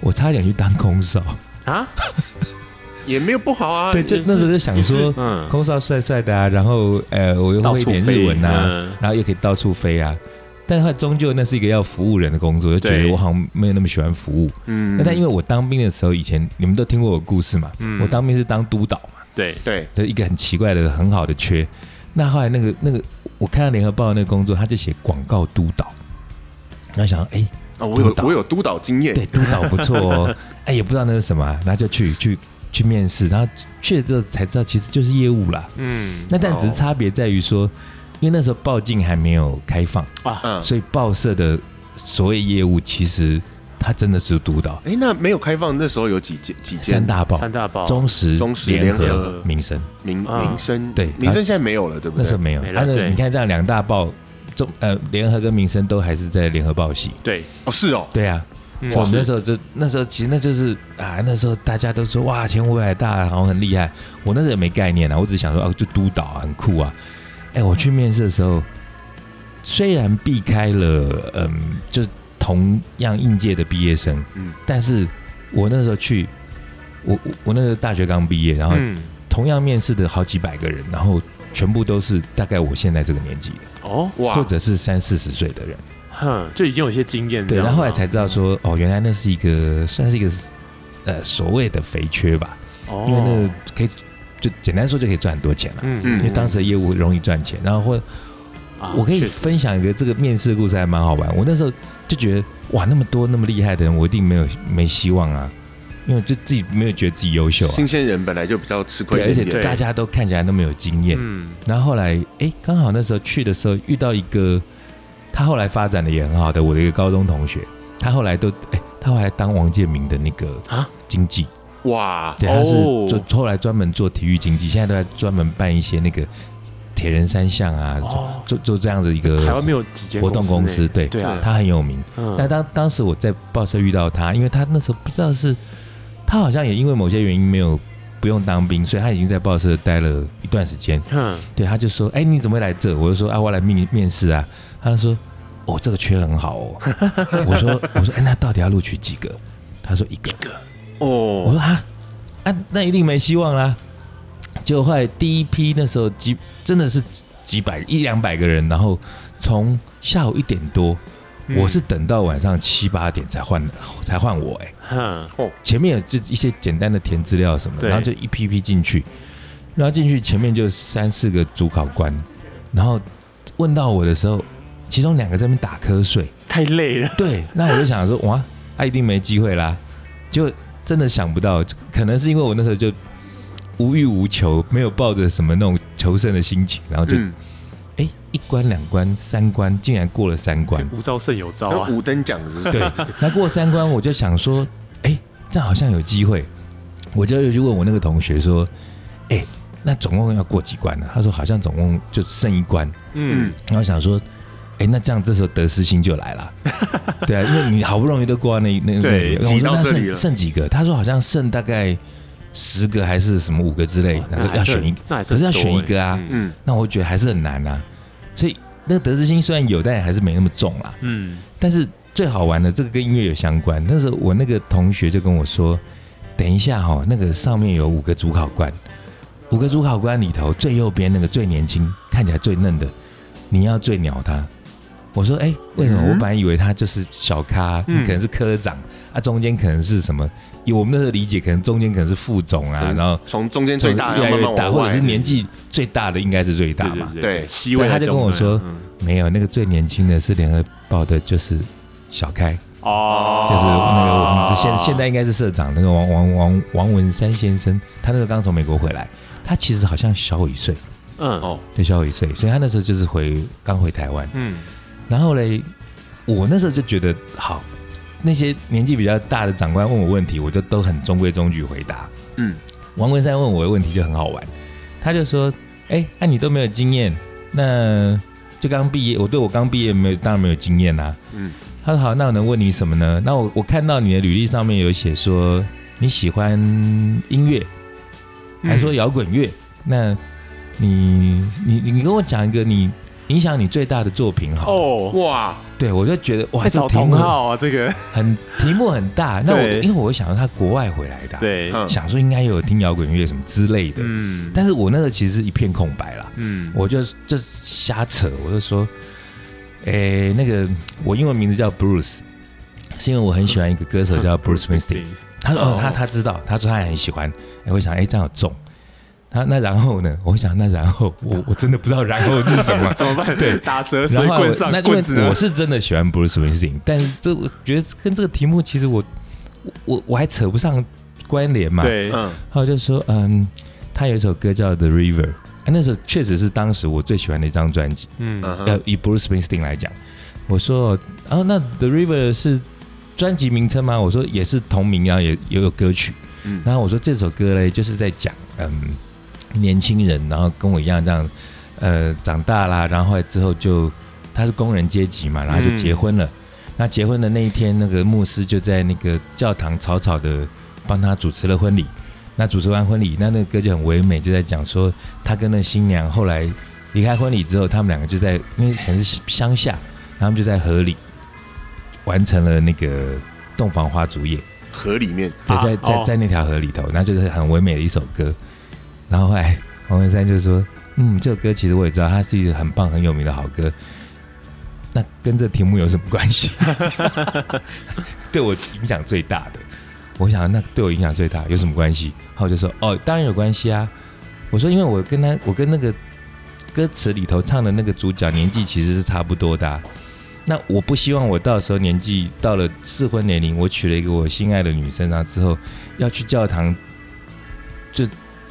Speaker 3: 我差一点去当空少，
Speaker 2: 啊，
Speaker 1: 也没有不好啊。
Speaker 3: 对，就
Speaker 1: 也是
Speaker 3: 那时候就想说，
Speaker 2: 嗯，
Speaker 3: 空少帅帅的啊，然后呃，我又
Speaker 2: 到
Speaker 3: 会一
Speaker 2: 处
Speaker 3: 点
Speaker 2: 飞
Speaker 3: 日文啊，
Speaker 2: 嗯
Speaker 3: 然后又可以到处飞啊。但是终究那是一个要服务人的工作，就觉得
Speaker 2: 对
Speaker 3: 我好像没有那么喜欢服务。
Speaker 1: 嗯
Speaker 3: 那但因为我当兵的时候，以前你们都听过我的故事嘛，
Speaker 2: 嗯
Speaker 3: 我当兵是当督导嘛，
Speaker 2: 对，
Speaker 1: 对
Speaker 3: 就是一个很奇怪的、很好的缺。那后来那个那个，我看到联合报那个工作，他就写广告督导，然后想到，哎、
Speaker 1: 啊，我有
Speaker 3: 督导
Speaker 1: 我有督导经验，
Speaker 3: 对，督导不错哦， [LAUGHS] 哎，也不知道那是什么啊、然后就去去去面试，然后去了之后才知道其实就是业务啦。
Speaker 2: 嗯，
Speaker 3: 那但只是差别在于说，因为那时候报禁还没有开放，
Speaker 2: 啊，
Speaker 1: 嗯，
Speaker 3: 所以报社的所谓业务其实它真的是督导
Speaker 1: 哎，那没有开放那时候有几间几间
Speaker 3: 三大报：
Speaker 2: 三大报，
Speaker 3: 中时、
Speaker 1: 中时
Speaker 3: 联
Speaker 1: 联
Speaker 3: 合
Speaker 1: 合、
Speaker 3: 民生。
Speaker 1: 民
Speaker 2: 啊
Speaker 1: 民生
Speaker 3: 对
Speaker 1: 民生现在没有了，对不
Speaker 3: 那时
Speaker 1: 对
Speaker 3: 候？没有，
Speaker 2: 没了
Speaker 3: 啊那
Speaker 2: 对
Speaker 3: 你看这样两大报，中呃联合跟民生都还是在联合报系。
Speaker 2: 对，
Speaker 1: 哦，是哦，
Speaker 3: 对啊，
Speaker 2: 嗯
Speaker 3: 我们那时候就那时候其实那就是啊，那时候大家都说哇前五百大好像很厉害，我那时候也没概念啊，我只想说啊就督导啊很酷啊。哎，我去面试的时候，虽然避开了嗯，就是同样应届的毕业生，
Speaker 1: 嗯
Speaker 3: 但是我那时候去，我我我那时候大学刚毕业，然后
Speaker 2: 嗯，
Speaker 3: 同样面试的好几百个人，然后全部都是大概我现在这个年纪的，
Speaker 2: 哦，
Speaker 1: 哇，
Speaker 3: 或者是三四十岁的人。
Speaker 2: 哼，就已经有一些经验这
Speaker 3: 对，
Speaker 2: 样
Speaker 3: 然
Speaker 2: 吗，
Speaker 3: 后后来才知道
Speaker 2: 嗯
Speaker 3: 说，哦，原来那是一个算是一个呃所谓的肥缺吧，
Speaker 2: 哦，
Speaker 3: 因为那个可以就简单说就可以赚很多钱了。
Speaker 2: 嗯，
Speaker 1: 嗯
Speaker 2: 嗯，
Speaker 3: 因为当时的业务容易赚钱，然后或
Speaker 2: 啊
Speaker 3: 我可以
Speaker 2: 确实
Speaker 3: 分享一个这个面试的故事，还蛮好玩。我那时候就觉得，哇，那么多那么厉害的人，我一定没有没希望啊，因为就自己没有觉得自己优秀啊，
Speaker 1: 新鲜人本来就比较吃亏
Speaker 3: 对，
Speaker 1: 一
Speaker 3: 而且
Speaker 1: 点点，
Speaker 3: 大家都看起来都没有经验。
Speaker 2: 嗯，
Speaker 3: 然后后来，哎，刚好那时候去的时候遇到一个，他后来发展的也很好的我的一个高中同学，他后来都，哎，他后来当王建民的那个
Speaker 2: 啊
Speaker 3: 经济，
Speaker 1: 哇，
Speaker 3: 对，
Speaker 2: 哦
Speaker 3: 他是做、后来专门做体育经济，现在都在专门办一些那个铁人三项啊，
Speaker 2: 哦
Speaker 3: 做做这样的一个
Speaker 2: 台湾没有几间
Speaker 3: 活动公司，
Speaker 2: 呢，
Speaker 3: 对，
Speaker 2: 对啊，
Speaker 3: 他很有名。那
Speaker 2: 嗯，
Speaker 3: 当当时我在报社遇到他，因为他那时候不知道是，他好像也因为某些原因没有不用当兵，所以他已经在报社待了一段时间。
Speaker 2: 哼，
Speaker 3: 对，他就说：“哎、你怎么会来这？”我就说：“啊，我来面面试啊。”他就说：“哦，这个缺很好哦。”我说：“我说，哎、那到底要录取几个？”他说：“一个。我
Speaker 1: 哦
Speaker 3: 说：“啊，啊，那一定没希望啦。”结果后来第一批那时候几真的是几百一两百个人，然后从下午一点多，
Speaker 2: 嗯
Speaker 3: 我是，等到晚上七八点才换才换我哎、
Speaker 2: 哼，
Speaker 3: 前面有就一些简单的填资料什么的，
Speaker 2: 对
Speaker 3: 然后就一批一批进去，然后进去前面就三四个主考官，然后问到我的时候，其中两个在那边打瞌睡，
Speaker 2: 太累了，
Speaker 3: 对，那我就想说哇，他一定没机会啦，结果真的想不到，可能是因为我那时候就无欲无求，没有抱着什么那种求胜的心情，然后就哎、
Speaker 1: 嗯，
Speaker 3: 诶一关两关三关，竟然过了三关，
Speaker 2: 无招胜有招
Speaker 1: 那
Speaker 2: 啊，
Speaker 1: 五等奖是不是
Speaker 3: 对，那过三关我就想说，哎、这样好像有机会，我就又去问我那个同学说，哎、那总共要过几关呢、他说好像总共就剩一关，
Speaker 2: 嗯，
Speaker 3: 然后想说，哎、那这样这时候得失心就来了，对啊，因为你好不容易都过到那那
Speaker 2: 对
Speaker 3: 那个，我
Speaker 1: 挤
Speaker 3: 说
Speaker 1: 到
Speaker 3: 那
Speaker 1: 这里
Speaker 3: 剩
Speaker 1: 了
Speaker 3: 剩几个？他说好像剩大概十个还是什么五个之类，然
Speaker 2: 那
Speaker 3: 后
Speaker 2: 还
Speaker 3: 要
Speaker 2: 是
Speaker 3: 选一个，
Speaker 2: 那还
Speaker 3: 可是要选一个啊
Speaker 2: 很多欸
Speaker 1: 嗯
Speaker 3: 那我觉得还是很难啊，所以那个得失心虽然有，但还是没那么重啦。
Speaker 2: 嗯
Speaker 3: 但是最好玩的，这个跟音乐有相关。但是我那个同学就跟我说，等一下哈、那个上面有五个主考官，五个主考官里头最右边那个最年轻，看起来最嫩的，你要最鸟他，我说：“哎、为什么？
Speaker 1: 嗯
Speaker 3: 我本来以为他就是小咖，
Speaker 2: 嗯
Speaker 3: 可能是科长啊，中间可能是什么？以我们那时候理解，可能中间可能是副总啊，
Speaker 1: 嗯
Speaker 3: 然后
Speaker 1: 从中间最大
Speaker 3: 越
Speaker 1: 要
Speaker 3: 来
Speaker 1: 慢
Speaker 3: 越
Speaker 1: 慢
Speaker 3: 大，
Speaker 1: 往
Speaker 3: 或
Speaker 1: 外，
Speaker 3: 者是年纪最大的应该是最大
Speaker 2: 对
Speaker 3: 嘛？
Speaker 2: 对
Speaker 1: 对
Speaker 2: 对，席位
Speaker 3: 对他
Speaker 2: 在
Speaker 3: 就跟
Speaker 2: 中
Speaker 3: 我
Speaker 2: 间
Speaker 3: 说
Speaker 2: 嗯
Speaker 3: 没有，那个最年轻的是联合报的，就是小开，
Speaker 2: 哦，
Speaker 3: 就是那个我
Speaker 2: 啊
Speaker 3: 们现现在应该是社长那个王王王王文山先生，他那时候刚从美国回来，他其实好像小我一岁，
Speaker 2: 嗯
Speaker 1: 哦，
Speaker 3: 对，小我一岁，所以他那时候就是回刚回台湾，
Speaker 2: 嗯
Speaker 3: 然后嘞，我那时候就觉得好，那些年纪比较大的长官问我问题，我就都很中规中矩回答。
Speaker 1: 嗯，
Speaker 3: 王文山问我的问题就很好玩，他就说：“哎、那、你都没有经验，那就刚毕业，我对我刚毕业没有，当然没有经验啦、啊
Speaker 1: 嗯，
Speaker 3: 他说：“好，那我能问你什么呢？那我我看到你的履历上面有写说你喜欢音乐，
Speaker 2: 嗯
Speaker 3: 还说摇滚乐，那你你你跟我讲一个你影响你最大的作品好了
Speaker 2: 哦，
Speaker 1: 哇，
Speaker 3: 对，我就觉得哇，
Speaker 2: 还
Speaker 3: 这
Speaker 2: 找
Speaker 3: 题
Speaker 2: 同
Speaker 3: 目
Speaker 2: 号啊，这个
Speaker 3: 很题目很大。那我
Speaker 2: 对
Speaker 3: 因为我想到他国外回来的啊、
Speaker 2: 对，
Speaker 1: 嗯
Speaker 3: 想说应该有听摇滚乐什么之类的，
Speaker 2: 嗯，
Speaker 3: 但是我那个其实是一片空白啦，
Speaker 2: 嗯，
Speaker 3: 我就就瞎扯，我就说，诶、那个我英文名字叫 Bruce，是因为我很喜欢一个歌手
Speaker 2: [LAUGHS]
Speaker 3: 叫 Bruce Springsteen，他说哦，他他知道，他说他也很喜欢。哎、我想，哎、这样有中。他那然后呢？我想，那然后
Speaker 2: [LAUGHS]
Speaker 3: 我我真的不知道然后是什么
Speaker 2: [LAUGHS] 。怎么办？
Speaker 3: 对
Speaker 2: 打蛇
Speaker 3: 然
Speaker 2: 随
Speaker 3: 后
Speaker 2: 棍上
Speaker 3: 那，因
Speaker 2: 棍子
Speaker 3: 为
Speaker 2: 呢
Speaker 3: 我？是真的喜欢 Bruce Springsteen，但是这我觉得跟这个题目其实我我我还扯不上关联嘛。，
Speaker 1: 嗯
Speaker 2: 对，
Speaker 3: 然后就说，嗯，他有一首歌叫《The River》，啊、那首确实是当时我最喜欢的一张专辑。
Speaker 2: 嗯，
Speaker 1: 嗯
Speaker 3: 呃，以 Bruce Springsteen 来讲，我说，哦，那 The River 是专辑名称吗？我说也是同名，然后也也有歌曲。
Speaker 1: 嗯
Speaker 3: 然后我说这首歌嘞，就是在讲，嗯，年轻人，然后跟我一样这样，呃，长大啦，然后后来之后就他是工人阶级嘛，然后就结婚了。那结婚的那一天，那个牧师就在那个教堂草草的帮他主持了婚礼。那主持完婚礼，那那个歌就很唯美，就在讲说他跟那新娘后来离开婚礼之后，他们两个就在因为可能是乡下，他们就在河里完成了那个洞房花烛夜。
Speaker 1: 河里面，
Speaker 3: 对，
Speaker 2: 啊
Speaker 3: 在在
Speaker 2: 哦
Speaker 3: 在那条河里头，然后就是很唯美的一首歌。然后后来 [LAUGHS] 黄文山就说：“嗯，这首歌其实我也知道，它是一个很棒很有名的好歌。那跟这题目有什么关系？ [LAUGHS] 对我影响最大的，我想那对我影响最大有什么关系？”然后我就说：“哦，当然有关系啊。”我说：“因为我跟他，我跟那个歌词里头唱的那个主角年纪其实是差不多的啊、那我不希望我到时候年纪到了适婚年龄，我娶了一个我心爱的女生啊之后，要去教堂，就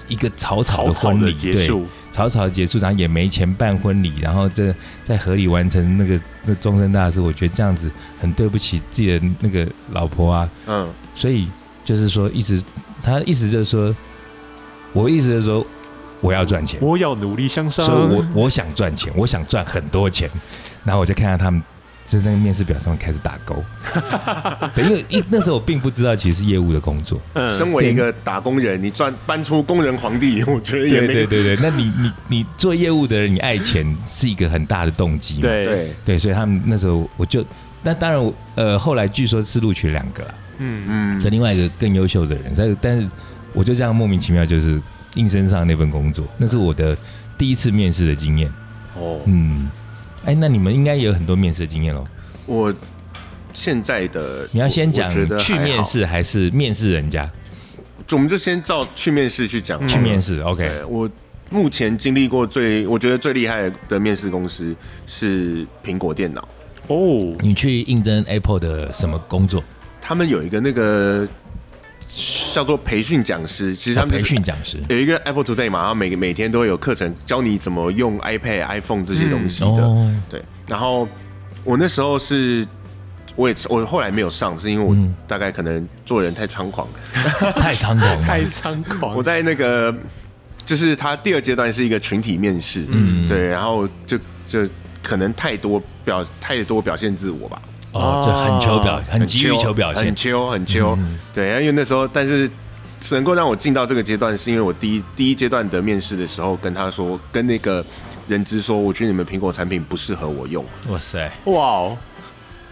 Speaker 3: 一个草草
Speaker 2: 草
Speaker 3: 的
Speaker 2: 草
Speaker 3: 婚
Speaker 2: 的
Speaker 3: 礼
Speaker 2: 结
Speaker 3: 对
Speaker 2: 束，
Speaker 3: 草草结束，然后也没钱办婚礼，然后这在河里完成那个这终身大事，我觉得这样子很对不起自己的那个老婆啊，
Speaker 1: 嗯
Speaker 3: 所以就是说，一直他意思就是说，我意思就是说，我要赚钱，
Speaker 2: 我要努力向上。
Speaker 3: 所以我我想赚钱，我想赚很多钱，然后我就看到他们。在那个面试表上面开始打勾，对，因为一那时候我并不知道其实是业务的工作，
Speaker 2: 嗯
Speaker 1: 身为一个打工人，你赚搬出工人皇帝，我觉得也
Speaker 3: 对
Speaker 1: 没
Speaker 3: 对对对，那你你你做业务的人，你爱钱是一个很大的动机嘛，
Speaker 2: 对，
Speaker 1: 对，
Speaker 3: 对，所以他们那时候我就，那当然我呃，后来据说是录取两个啦，
Speaker 2: 嗯，
Speaker 3: 跟
Speaker 1: 嗯
Speaker 3: 另外一个更优秀的人，但是但是我就这样莫名其妙就是应征上那份工作，那是我的第一次面试的经验。
Speaker 1: 哦，
Speaker 3: 嗯，哎，那你们应该也有很多面试的经验喽？
Speaker 1: 我现在的
Speaker 3: 你要先
Speaker 1: 我
Speaker 3: 讲
Speaker 1: 我觉得
Speaker 3: 去
Speaker 1: 还好
Speaker 3: 面，试还是面试人家
Speaker 1: 我们就先照去面试去讲好了，
Speaker 3: 嗯去面试？OK，
Speaker 1: 嗯对我目前经历过最，我觉得最厉害的面试公司是苹果电脑，
Speaker 2: 哦，
Speaker 3: 你去应征 Apple 的什么工作？
Speaker 1: 他们有一个那个叫做培训讲师，其实他们、
Speaker 3: 啊哦培训。讲师。
Speaker 1: 有一个 Apple Today 嘛，然后每每天都会有课程教你怎么用 iPad、iPhone 这些东西的。
Speaker 3: 哦，
Speaker 1: 对，然后我那时候是，我也我后来没有上，是因为我
Speaker 3: 嗯
Speaker 1: 大概可能做人太猖狂。
Speaker 3: 太猖狂了！
Speaker 2: 太猖狂。
Speaker 1: 我在那个就是他第二阶段是一个群体面试，嗯，对，然后就就可能太多表太多表现自我吧，
Speaker 3: 哦，就很求表，很急于
Speaker 1: chill，
Speaker 3: 求表现嗯
Speaker 1: 很。秋很秋，对，因为那时候但是。能够让我进到这个阶段，是因为我第一第一阶段的面试的时候，跟他说，跟那个人资说，我觉得你们苹果产品不适合我用，
Speaker 3: 哇塞，
Speaker 2: 哇哦，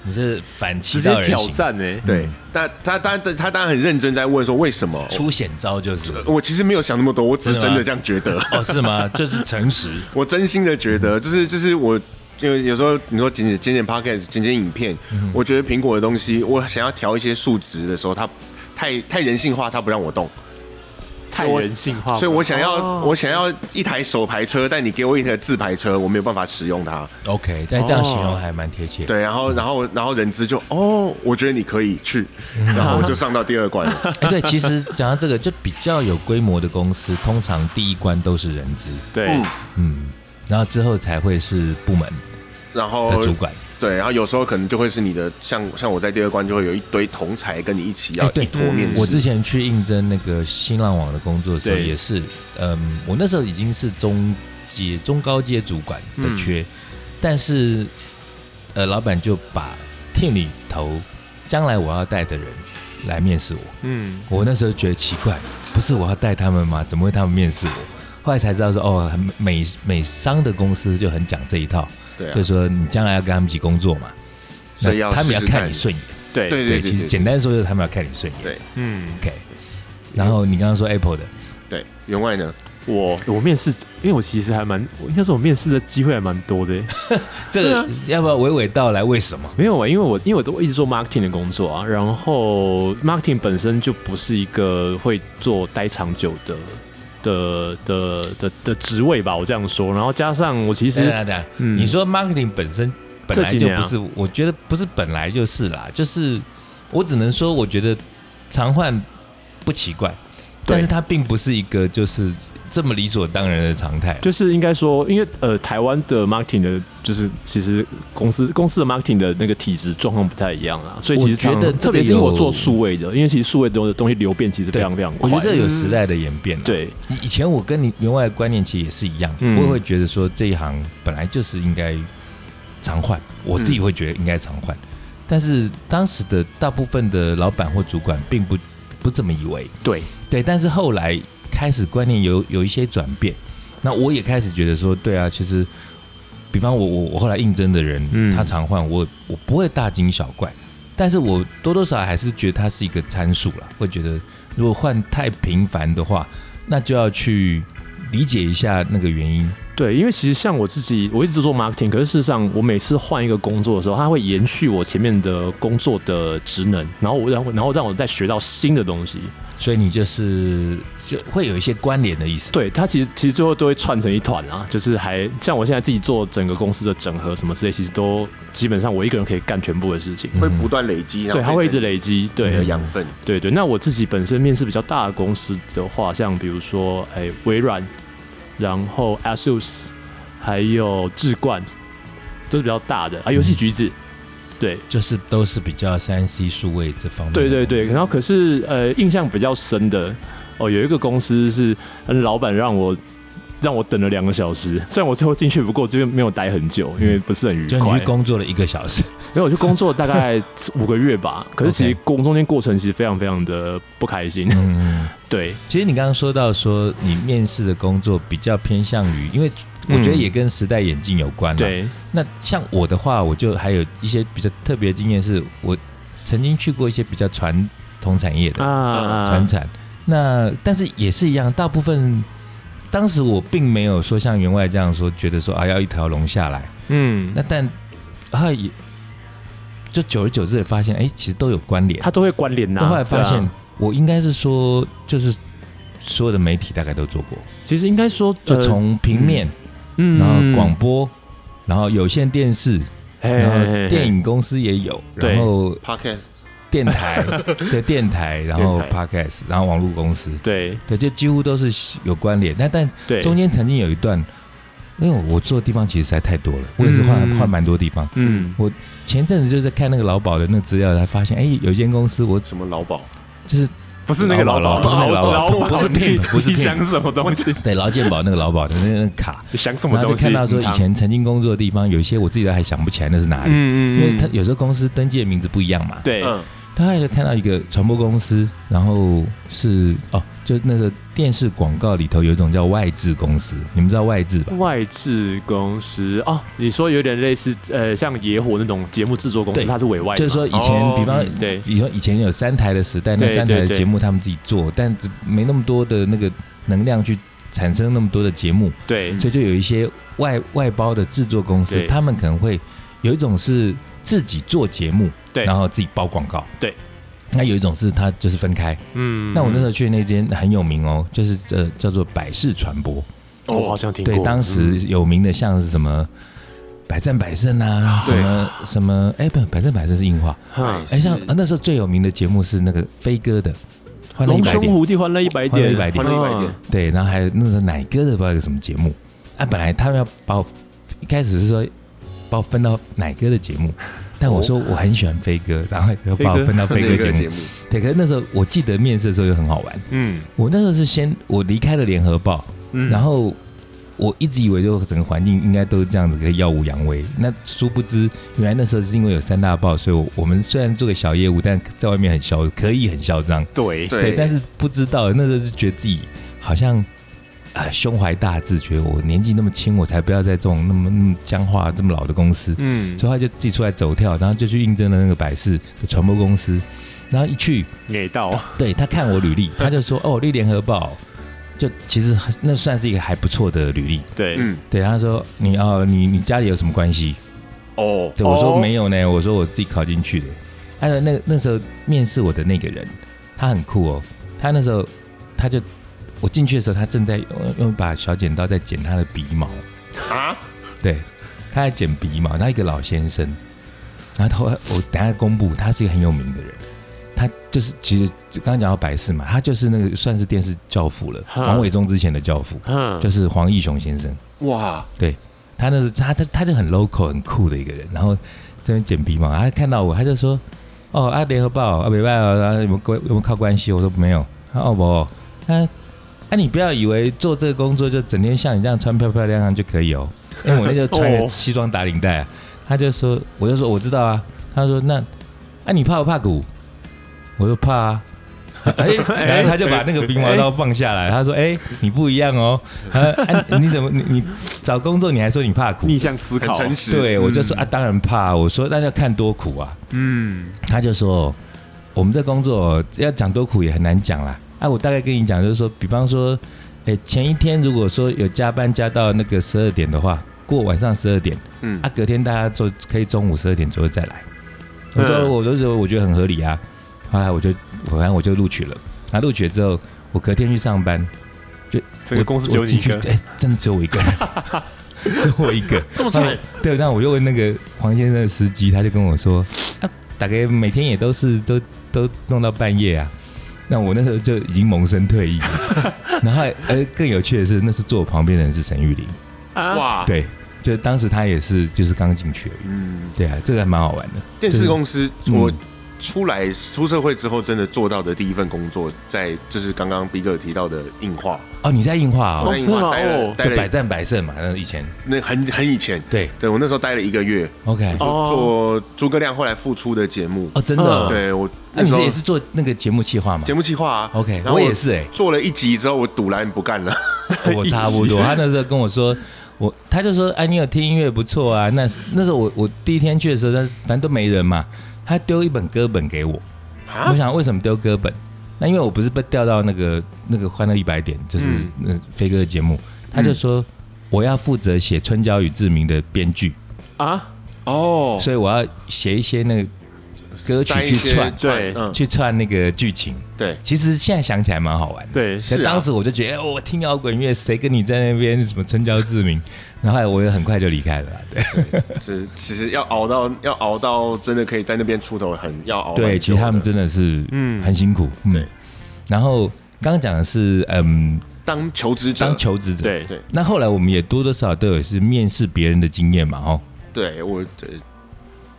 Speaker 3: 你是反其
Speaker 2: 直
Speaker 3: 道
Speaker 2: 接
Speaker 3: 而行，
Speaker 2: 挑战哎，
Speaker 1: 对，但他他他他当然很认真在问说为什么。
Speaker 3: 出险
Speaker 1: [LAUGHS]
Speaker 3: 招就是。
Speaker 1: 我其实没有想那么多，我只是真
Speaker 3: 真的吗
Speaker 1: 的这样觉得，
Speaker 3: 哦，是吗？就是诚实，
Speaker 1: 我真心的觉得，就是就是我就有时候你说剪剪剪剪 podcast，剪剪影片，
Speaker 3: 嗯
Speaker 1: 我觉得苹果的东西，我想要调一些数值的时候，它太太人性化，它不让我动，
Speaker 2: 太
Speaker 1: 我
Speaker 2: 人性化了，
Speaker 1: 所以我想要、
Speaker 2: 哦
Speaker 1: 我想要一台手排车，但你给我一台自排车，我没有办法使用
Speaker 3: 嗯
Speaker 1: 它。
Speaker 3: OK，但这样形容
Speaker 2: 哦
Speaker 3: 还蛮贴切。
Speaker 1: 对，然后然后然后人资就哦，我觉得你可以去，
Speaker 3: 嗯
Speaker 1: 然后我就上到第二关
Speaker 3: [LAUGHS]
Speaker 1: 了。
Speaker 3: 哎，对，其实讲到这个，就比较有规模的公司，通常第一关都是人资，
Speaker 2: 对
Speaker 1: 嗯，
Speaker 3: 嗯，然后之后才会是部门
Speaker 1: 然后
Speaker 3: 的主管。
Speaker 1: 对，然后有时候可能就会是你的，像像我在第二关就会有一堆同才跟你一起要
Speaker 3: 哎对
Speaker 1: 一坨面
Speaker 2: 嗯
Speaker 1: 试。
Speaker 3: 我之前去应征那个新浪网的工作的时候，
Speaker 2: 对
Speaker 3: 也是，嗯，我那时候已经是中阶、中高阶主管
Speaker 1: 嗯
Speaker 3: 的缺，但是呃，老板就把 team 里头将来我要带的人来面试我。
Speaker 2: 嗯，
Speaker 3: 我那时候觉得奇怪，不是我要带他们吗？怎么会他们面试我？后来才知道说，哦，美美商的公司就很讲这一套，
Speaker 1: 对啊
Speaker 3: 就，说你将来要跟他们一起工作嘛，
Speaker 1: 所以要
Speaker 3: 那他们要
Speaker 1: 试试看
Speaker 3: 看你顺眼。
Speaker 2: 对
Speaker 1: 对
Speaker 3: 对，其实简单说就是他们要看你顺眼。
Speaker 1: 对
Speaker 2: 嗯，
Speaker 3: OK，然后你刚刚说 Apple 的，
Speaker 1: 对，员外呢？
Speaker 2: 我我面试，因为我其实还蛮，我应该说我面试的机会还蛮多的耶。欸
Speaker 3: 这
Speaker 1: 啊
Speaker 3: 个要不要娓娓道来？为什么？
Speaker 2: 没有啊，因为我因为我都一直做 marketing 的工作啊，然后 marketing 本身就不是一个会做待长久的的的的的职位吧，我这样说。然后加上我其
Speaker 3: 等一
Speaker 2: 实
Speaker 3: 下等一下，
Speaker 2: 嗯
Speaker 3: 啊你说 marketing 本身本
Speaker 2: 这
Speaker 3: 来
Speaker 2: 几
Speaker 3: 就
Speaker 2: 年啊
Speaker 3: 不是，我觉得不是本来就是啦，就是我只能说，我觉得常换不奇怪，
Speaker 2: 对
Speaker 3: 但是它并不是一个就是这么理所当然的常态。
Speaker 2: 就是应该说，因为呃，台湾的 marketing 的，就是其实公司公司的 marketing 的那个体质状况不太一样啊，所以其实
Speaker 3: 我觉
Speaker 2: 常
Speaker 3: 得这个
Speaker 2: 特别是因为我
Speaker 3: 有
Speaker 2: 做数位的，因为其实数位的东西流变其实非常非常
Speaker 3: 我
Speaker 2: 快，嗯
Speaker 3: 觉得这有时代的演变、啊。，
Speaker 2: 对
Speaker 3: 以前我跟你原外的观念其实也是一样，
Speaker 2: 嗯
Speaker 3: 我也会觉得说这一行本来就是应该常换，我自己会觉得应该常
Speaker 2: 嗯
Speaker 3: 换，但是当时的大部分的老板或主管并不不这么以为。
Speaker 2: 对，
Speaker 3: 对，但是后来开始观念有有一些转变，那我也开始觉得说，对啊，其实，比方我我我后来应征的人，
Speaker 2: 嗯
Speaker 3: 他常换，我我不会大惊小怪，但是我多多少少还是觉得它是一个参数啦，会觉得如果换太频繁的话，那就要去理解一下那个原因。
Speaker 2: 对，因为其实像我自己，我一直做 marketing，可是事实上，我每次换一个工作的时候，它会延续我前面的工作的职能，然后我让我然后让我再学到新的东西。
Speaker 3: 所以你就是就会有一些关联的意思。
Speaker 2: 对，它其实其实最后都会串成一团啊，就是还像我现在自己做整个公司的整合什么之类，其实都基本上我一个人可以干全部的事情。
Speaker 1: 会不断累积，然后
Speaker 2: 对，它会一直累积。
Speaker 1: 变
Speaker 2: 对
Speaker 1: 成你的，嗯养分。
Speaker 2: 对对，那我自己本身面试比较大的公司的话，像比如说，哎，微软，然后 ASUS，还有智冠，都是比较大的啊，游戏橘子，对。
Speaker 3: 就是都是比较三 C 数位这方面。
Speaker 2: 对对对，然后可是呃，印象比较深的哦，有一个公司是呃老板让我让我等了两个小时，虽然我最后进去，不过这边没有待很久，因为不是很愉
Speaker 3: 就你
Speaker 2: 快
Speaker 3: 去。工作了一个小时，
Speaker 2: 没有，我去工作大概五个月吧，可是其实
Speaker 3: [LAUGHS] OK
Speaker 2: 工中间过程其实非常非常的不开心。 [LAUGHS]
Speaker 3: 嗯。
Speaker 2: 对，
Speaker 3: 其实你刚刚说到说你面试的工作比较偏向于，因为我觉得也跟时代眼镜有关、嘛。，
Speaker 2: 对，
Speaker 3: 那像我的话，我就还有一些比较特别的经验，是我曾经去过一些比较传统产业的传
Speaker 2: 啊，
Speaker 3: 产，那但是也是一样，大部分当时我并没有说像员外这样说，觉得说啊要一条龙下来，
Speaker 2: 嗯
Speaker 3: 那，但啊也就久而久之也发现，哎，其实都有关联。
Speaker 2: 他都会关联呐、
Speaker 3: 那后来发现，
Speaker 2: 对啊
Speaker 3: 我应该是说，就是所有的媒体大概都做过。
Speaker 2: 其实应该说，
Speaker 3: 就
Speaker 2: 呃
Speaker 3: 从平面，
Speaker 2: 嗯
Speaker 3: 然后广播，然后有线电视，然后电，影公司也有，
Speaker 2: 对
Speaker 3: 然后
Speaker 1: Podcast
Speaker 2: [LAUGHS]
Speaker 3: 电台对电台，然后
Speaker 1: 电
Speaker 3: podcast，然后网络公司，
Speaker 2: 嘿嘿嘿
Speaker 3: 对，这几乎都是有关联。但但
Speaker 2: 对对，
Speaker 3: 中间曾经有一段，因为我做的地方其实实在太多了，我也是换
Speaker 2: 嗯
Speaker 3: 换蛮多地方。
Speaker 2: 嗯
Speaker 3: 前阵子就在看那个劳保的那个资料，才发现，哎，有一间公司我
Speaker 1: 什么劳保？
Speaker 3: 就是
Speaker 2: 不是那个
Speaker 3: 劳
Speaker 2: 老
Speaker 3: 保
Speaker 2: 鸨
Speaker 3: 不是那个劳保
Speaker 2: 劳鸨
Speaker 3: 不是
Speaker 2: 你
Speaker 3: pimp，不是
Speaker 2: 你
Speaker 3: pimp
Speaker 2: 想什么东西？
Speaker 3: 对劳健保那个劳保的那个卡，
Speaker 2: 你想什么
Speaker 3: 然后就
Speaker 2: 东西？
Speaker 3: 看到说
Speaker 2: 嗯
Speaker 3: 以，前曾经工作的地方，有一些我自己都还想不起来那是哪里，
Speaker 2: 嗯
Speaker 3: 因为他有时候公司登记的名字不一样嘛，
Speaker 2: 对，
Speaker 1: 嗯，
Speaker 3: 他还有看到一个传播公司，然后是哦，就那个电视广告里头有一种叫外置公司，你们知道外置吧？
Speaker 2: 外置公司哦，你说有点类似呃，像野火那种节目制作公司，
Speaker 3: 对
Speaker 2: 它是委外的嘛，
Speaker 3: 就是说以
Speaker 1: 哦
Speaker 3: 前，比方
Speaker 2: 嗯对
Speaker 3: 比方以前有三台的时代，那
Speaker 2: 对
Speaker 3: 三台的
Speaker 2: 对对
Speaker 3: 节目他们自己做，但没那么多的那个能量去产生那么多的节目，
Speaker 2: 对
Speaker 3: 所以就有一些外外包的制作公
Speaker 2: 嗯
Speaker 3: 司
Speaker 2: 对，
Speaker 3: 他们可能会有一种是自己做节目，
Speaker 2: 对
Speaker 3: 然后自己包广告，
Speaker 2: 对。
Speaker 3: 那有一种是它就是分开。
Speaker 2: 嗯
Speaker 3: 那我那时候去的那间很有名哦，就是呃叫做百事传播，
Speaker 2: 候哦
Speaker 1: 哦
Speaker 2: 我好像听过，嗯
Speaker 3: 对，当时有名的像是什么百战百胜啊，什
Speaker 2: 对
Speaker 3: 么什么哎不，百战百胜是硬化，
Speaker 2: 哼
Speaker 3: 哎像呃那时候最有名的节目是那个飞哥的，欢乐一
Speaker 2: 龙
Speaker 3: 百
Speaker 2: 兄
Speaker 3: 点，
Speaker 2: 虎弟欢乐一百
Speaker 3: 欢乐
Speaker 2: 点，
Speaker 3: 100点
Speaker 1: 欢乐一百点
Speaker 2: 嗯，
Speaker 3: 对，然后还有那时候奶哥的不知道有个什么节目，啊本来他们要把我一开始是说把我分到奶哥的节目。但我说我很喜欢飞哥，然后又把我分到哦飞哥节目。
Speaker 1: 目，
Speaker 3: 对，可是那时候我记得面试的时候就很好玩。
Speaker 2: 嗯
Speaker 3: 我那时候是先我离开了联合报，
Speaker 2: 嗯
Speaker 3: 然后我一直以为就整个环境应该都是这样子，可以耀武扬威。那殊不知，原来那时候是因为有三大报，所以我我们虽然做个小业务，但在外面很嚣，可以很嚣张，
Speaker 2: 对
Speaker 1: 对，
Speaker 3: 但是不知道那时候是觉得自己好像啊、胸怀大志，觉得我年纪那么轻，我才不要在这种那么那么僵化、这么老的公司。
Speaker 2: 嗯
Speaker 3: 所以他就自己出来走跳，然后就去应征了那个百事的传播公司，然后一去
Speaker 2: 给到
Speaker 3: 对他看我履历，他就说：“哦，绿联合报。”就其实还那算是一个还不错的履历。
Speaker 2: [LAUGHS] 对
Speaker 1: 嗯
Speaker 3: 对，他说：“你哦，你你家里有什么关系
Speaker 1: 哦？”，
Speaker 3: 对
Speaker 2: 哦
Speaker 3: 我说：“没有呢，我说我自己考进去的。”还有那那时候面试我的那个人，他很酷哦。他那时候他就我进去的时候，他正在用呃用一把小剪刀在剪他的鼻毛。
Speaker 1: 啊，
Speaker 3: 对，他在剪鼻毛，他一个老先生，然后他我等一下公布，他是一个很有名的人，他就是其实就刚刚讲到白事嘛，他就是那个算是电视教父了，
Speaker 2: 哈
Speaker 3: 黄伟忠之前的教父，
Speaker 2: 嗯
Speaker 3: 就是黄义雄先生，
Speaker 1: 哇，
Speaker 3: 他那是他他他就很 local 很酷的一个人，然后这边剪鼻毛，他看到我他就说，哦啊联合报啊北拜啊，然后有没有关有没有靠关系？我说没有，他哦不，他。啊，你不要以为做这个工作就整天像你这样穿漂漂亮亮就可以哦。因为我那就穿
Speaker 2: 哦
Speaker 3: 着西装打领带、啊，他就说，我就说我知道啊。他说那，啊你怕不怕骨？我说怕啊。哎、然后他就把那个冰毛刀放下来，他说：“哎、你不一样哦， [LAUGHS] 啊，啊你怎么你你找工作你还说你怕苦
Speaker 2: 逆？向思
Speaker 1: 很
Speaker 2: 考，
Speaker 1: 诚实，
Speaker 3: 对，我就说
Speaker 2: 嗯
Speaker 3: 啊，当然怕。我说那要看多苦啊。
Speaker 2: 嗯
Speaker 3: 他就说，我们这工作要讲多苦也很难讲啦。啊，我大概跟你讲，就是说，比方说，哎、前一天如果说有加班加到那个十二点的话，过晚上十二点，
Speaker 1: 嗯
Speaker 3: 啊，隔天大家就可以中午十二点左右再来。我说，
Speaker 2: 嗯
Speaker 3: 我就说我觉得很合理啊。后来我就，我反正我就录取了。然后录取了之后，我隔天去上班，
Speaker 2: 整个
Speaker 3: 我
Speaker 2: 公司只有
Speaker 3: 我
Speaker 2: 你一
Speaker 3: 进去，
Speaker 2: 个，
Speaker 3: 哎、真的只有我一个人，
Speaker 1: [LAUGHS]
Speaker 3: 只有我一个。
Speaker 1: 这么
Speaker 3: 惨，对，那我就问那个黄先生的司机，他就跟我说，啊，大概每天也都是都都弄到半夜啊。那我那时候就已经萌生退役了， [LAUGHS] 然后呃更有趣的是，那是坐我旁边的人是沈玉玲，
Speaker 2: 啊，
Speaker 1: 哇，，
Speaker 3: 对，就当时他也是就是刚进去而已，
Speaker 1: 嗯，
Speaker 3: 对啊，这个还蛮好玩的。
Speaker 1: 电视公司
Speaker 3: 嗯
Speaker 1: 我。出来出社会之后，真的做到的第一份工作，在就是刚刚比哥提到的硬化，
Speaker 3: 哦，你在硬化
Speaker 1: 我
Speaker 3: 哦，
Speaker 1: 在硬
Speaker 2: 是吗
Speaker 1: 化待了
Speaker 2: 哦
Speaker 1: 待
Speaker 3: 就百
Speaker 1: 了
Speaker 3: 战百胜嘛，那以前
Speaker 1: 那很很以前，
Speaker 3: 对
Speaker 1: 对我那时候待了一个月，
Speaker 3: ，OK，
Speaker 2: 哦
Speaker 3: 哦
Speaker 1: 做诸葛亮后来复出的节目，
Speaker 3: 真的哦，
Speaker 1: 嗯对我那
Speaker 3: 那
Speaker 1: 时
Speaker 3: 你
Speaker 1: 候
Speaker 3: 是也是做那个节目企划嘛
Speaker 1: 节目企划啊
Speaker 3: ？OK，
Speaker 1: 然后
Speaker 3: 我也是哎，
Speaker 1: 做了一集之后，我堵然不干了，
Speaker 3: 我差
Speaker 1: [LAUGHS]
Speaker 3: 不多。他那时候跟我说，我他就说，哎、你有听音乐不错啊。那那时候我我第一天去的时候，他反正都没人嘛，他丢一本歌本给我。我想为什么丢歌本？那因为我不是被调到那个那个《欢乐一百点》，就是
Speaker 1: 嗯
Speaker 3: 那飞哥的节目，他就说。我要负责写《春娇与志明》的编剧，
Speaker 2: 啊，
Speaker 1: 哦，
Speaker 3: 所以我要写一些那个歌曲
Speaker 1: 塞一
Speaker 3: 去
Speaker 1: 些
Speaker 3: 串
Speaker 2: 对
Speaker 1: 嗯，
Speaker 3: 去串那个剧情。
Speaker 1: 对，
Speaker 3: 其实现在想起来蛮好玩的。
Speaker 2: 对，
Speaker 1: 是啊
Speaker 3: 当时我就觉得，哦我听摇滚乐，谁跟你在那边什么春娇志明？然后后来我也很快就离开了啦，对
Speaker 1: 这其实要熬到要熬到真的可以在那边出头，很要哦熬蛮久的。
Speaker 3: 对，其实他们真的是
Speaker 2: 嗯
Speaker 3: 很辛苦，对。然后刚刚讲的是，嗯，
Speaker 1: 当求职者
Speaker 3: 当，求职者，。
Speaker 2: 对
Speaker 1: 对
Speaker 3: 那后来我们也多多少少都有是面试别人的经验嘛，
Speaker 1: [LAUGHS]
Speaker 3: 哦。
Speaker 1: 对我对，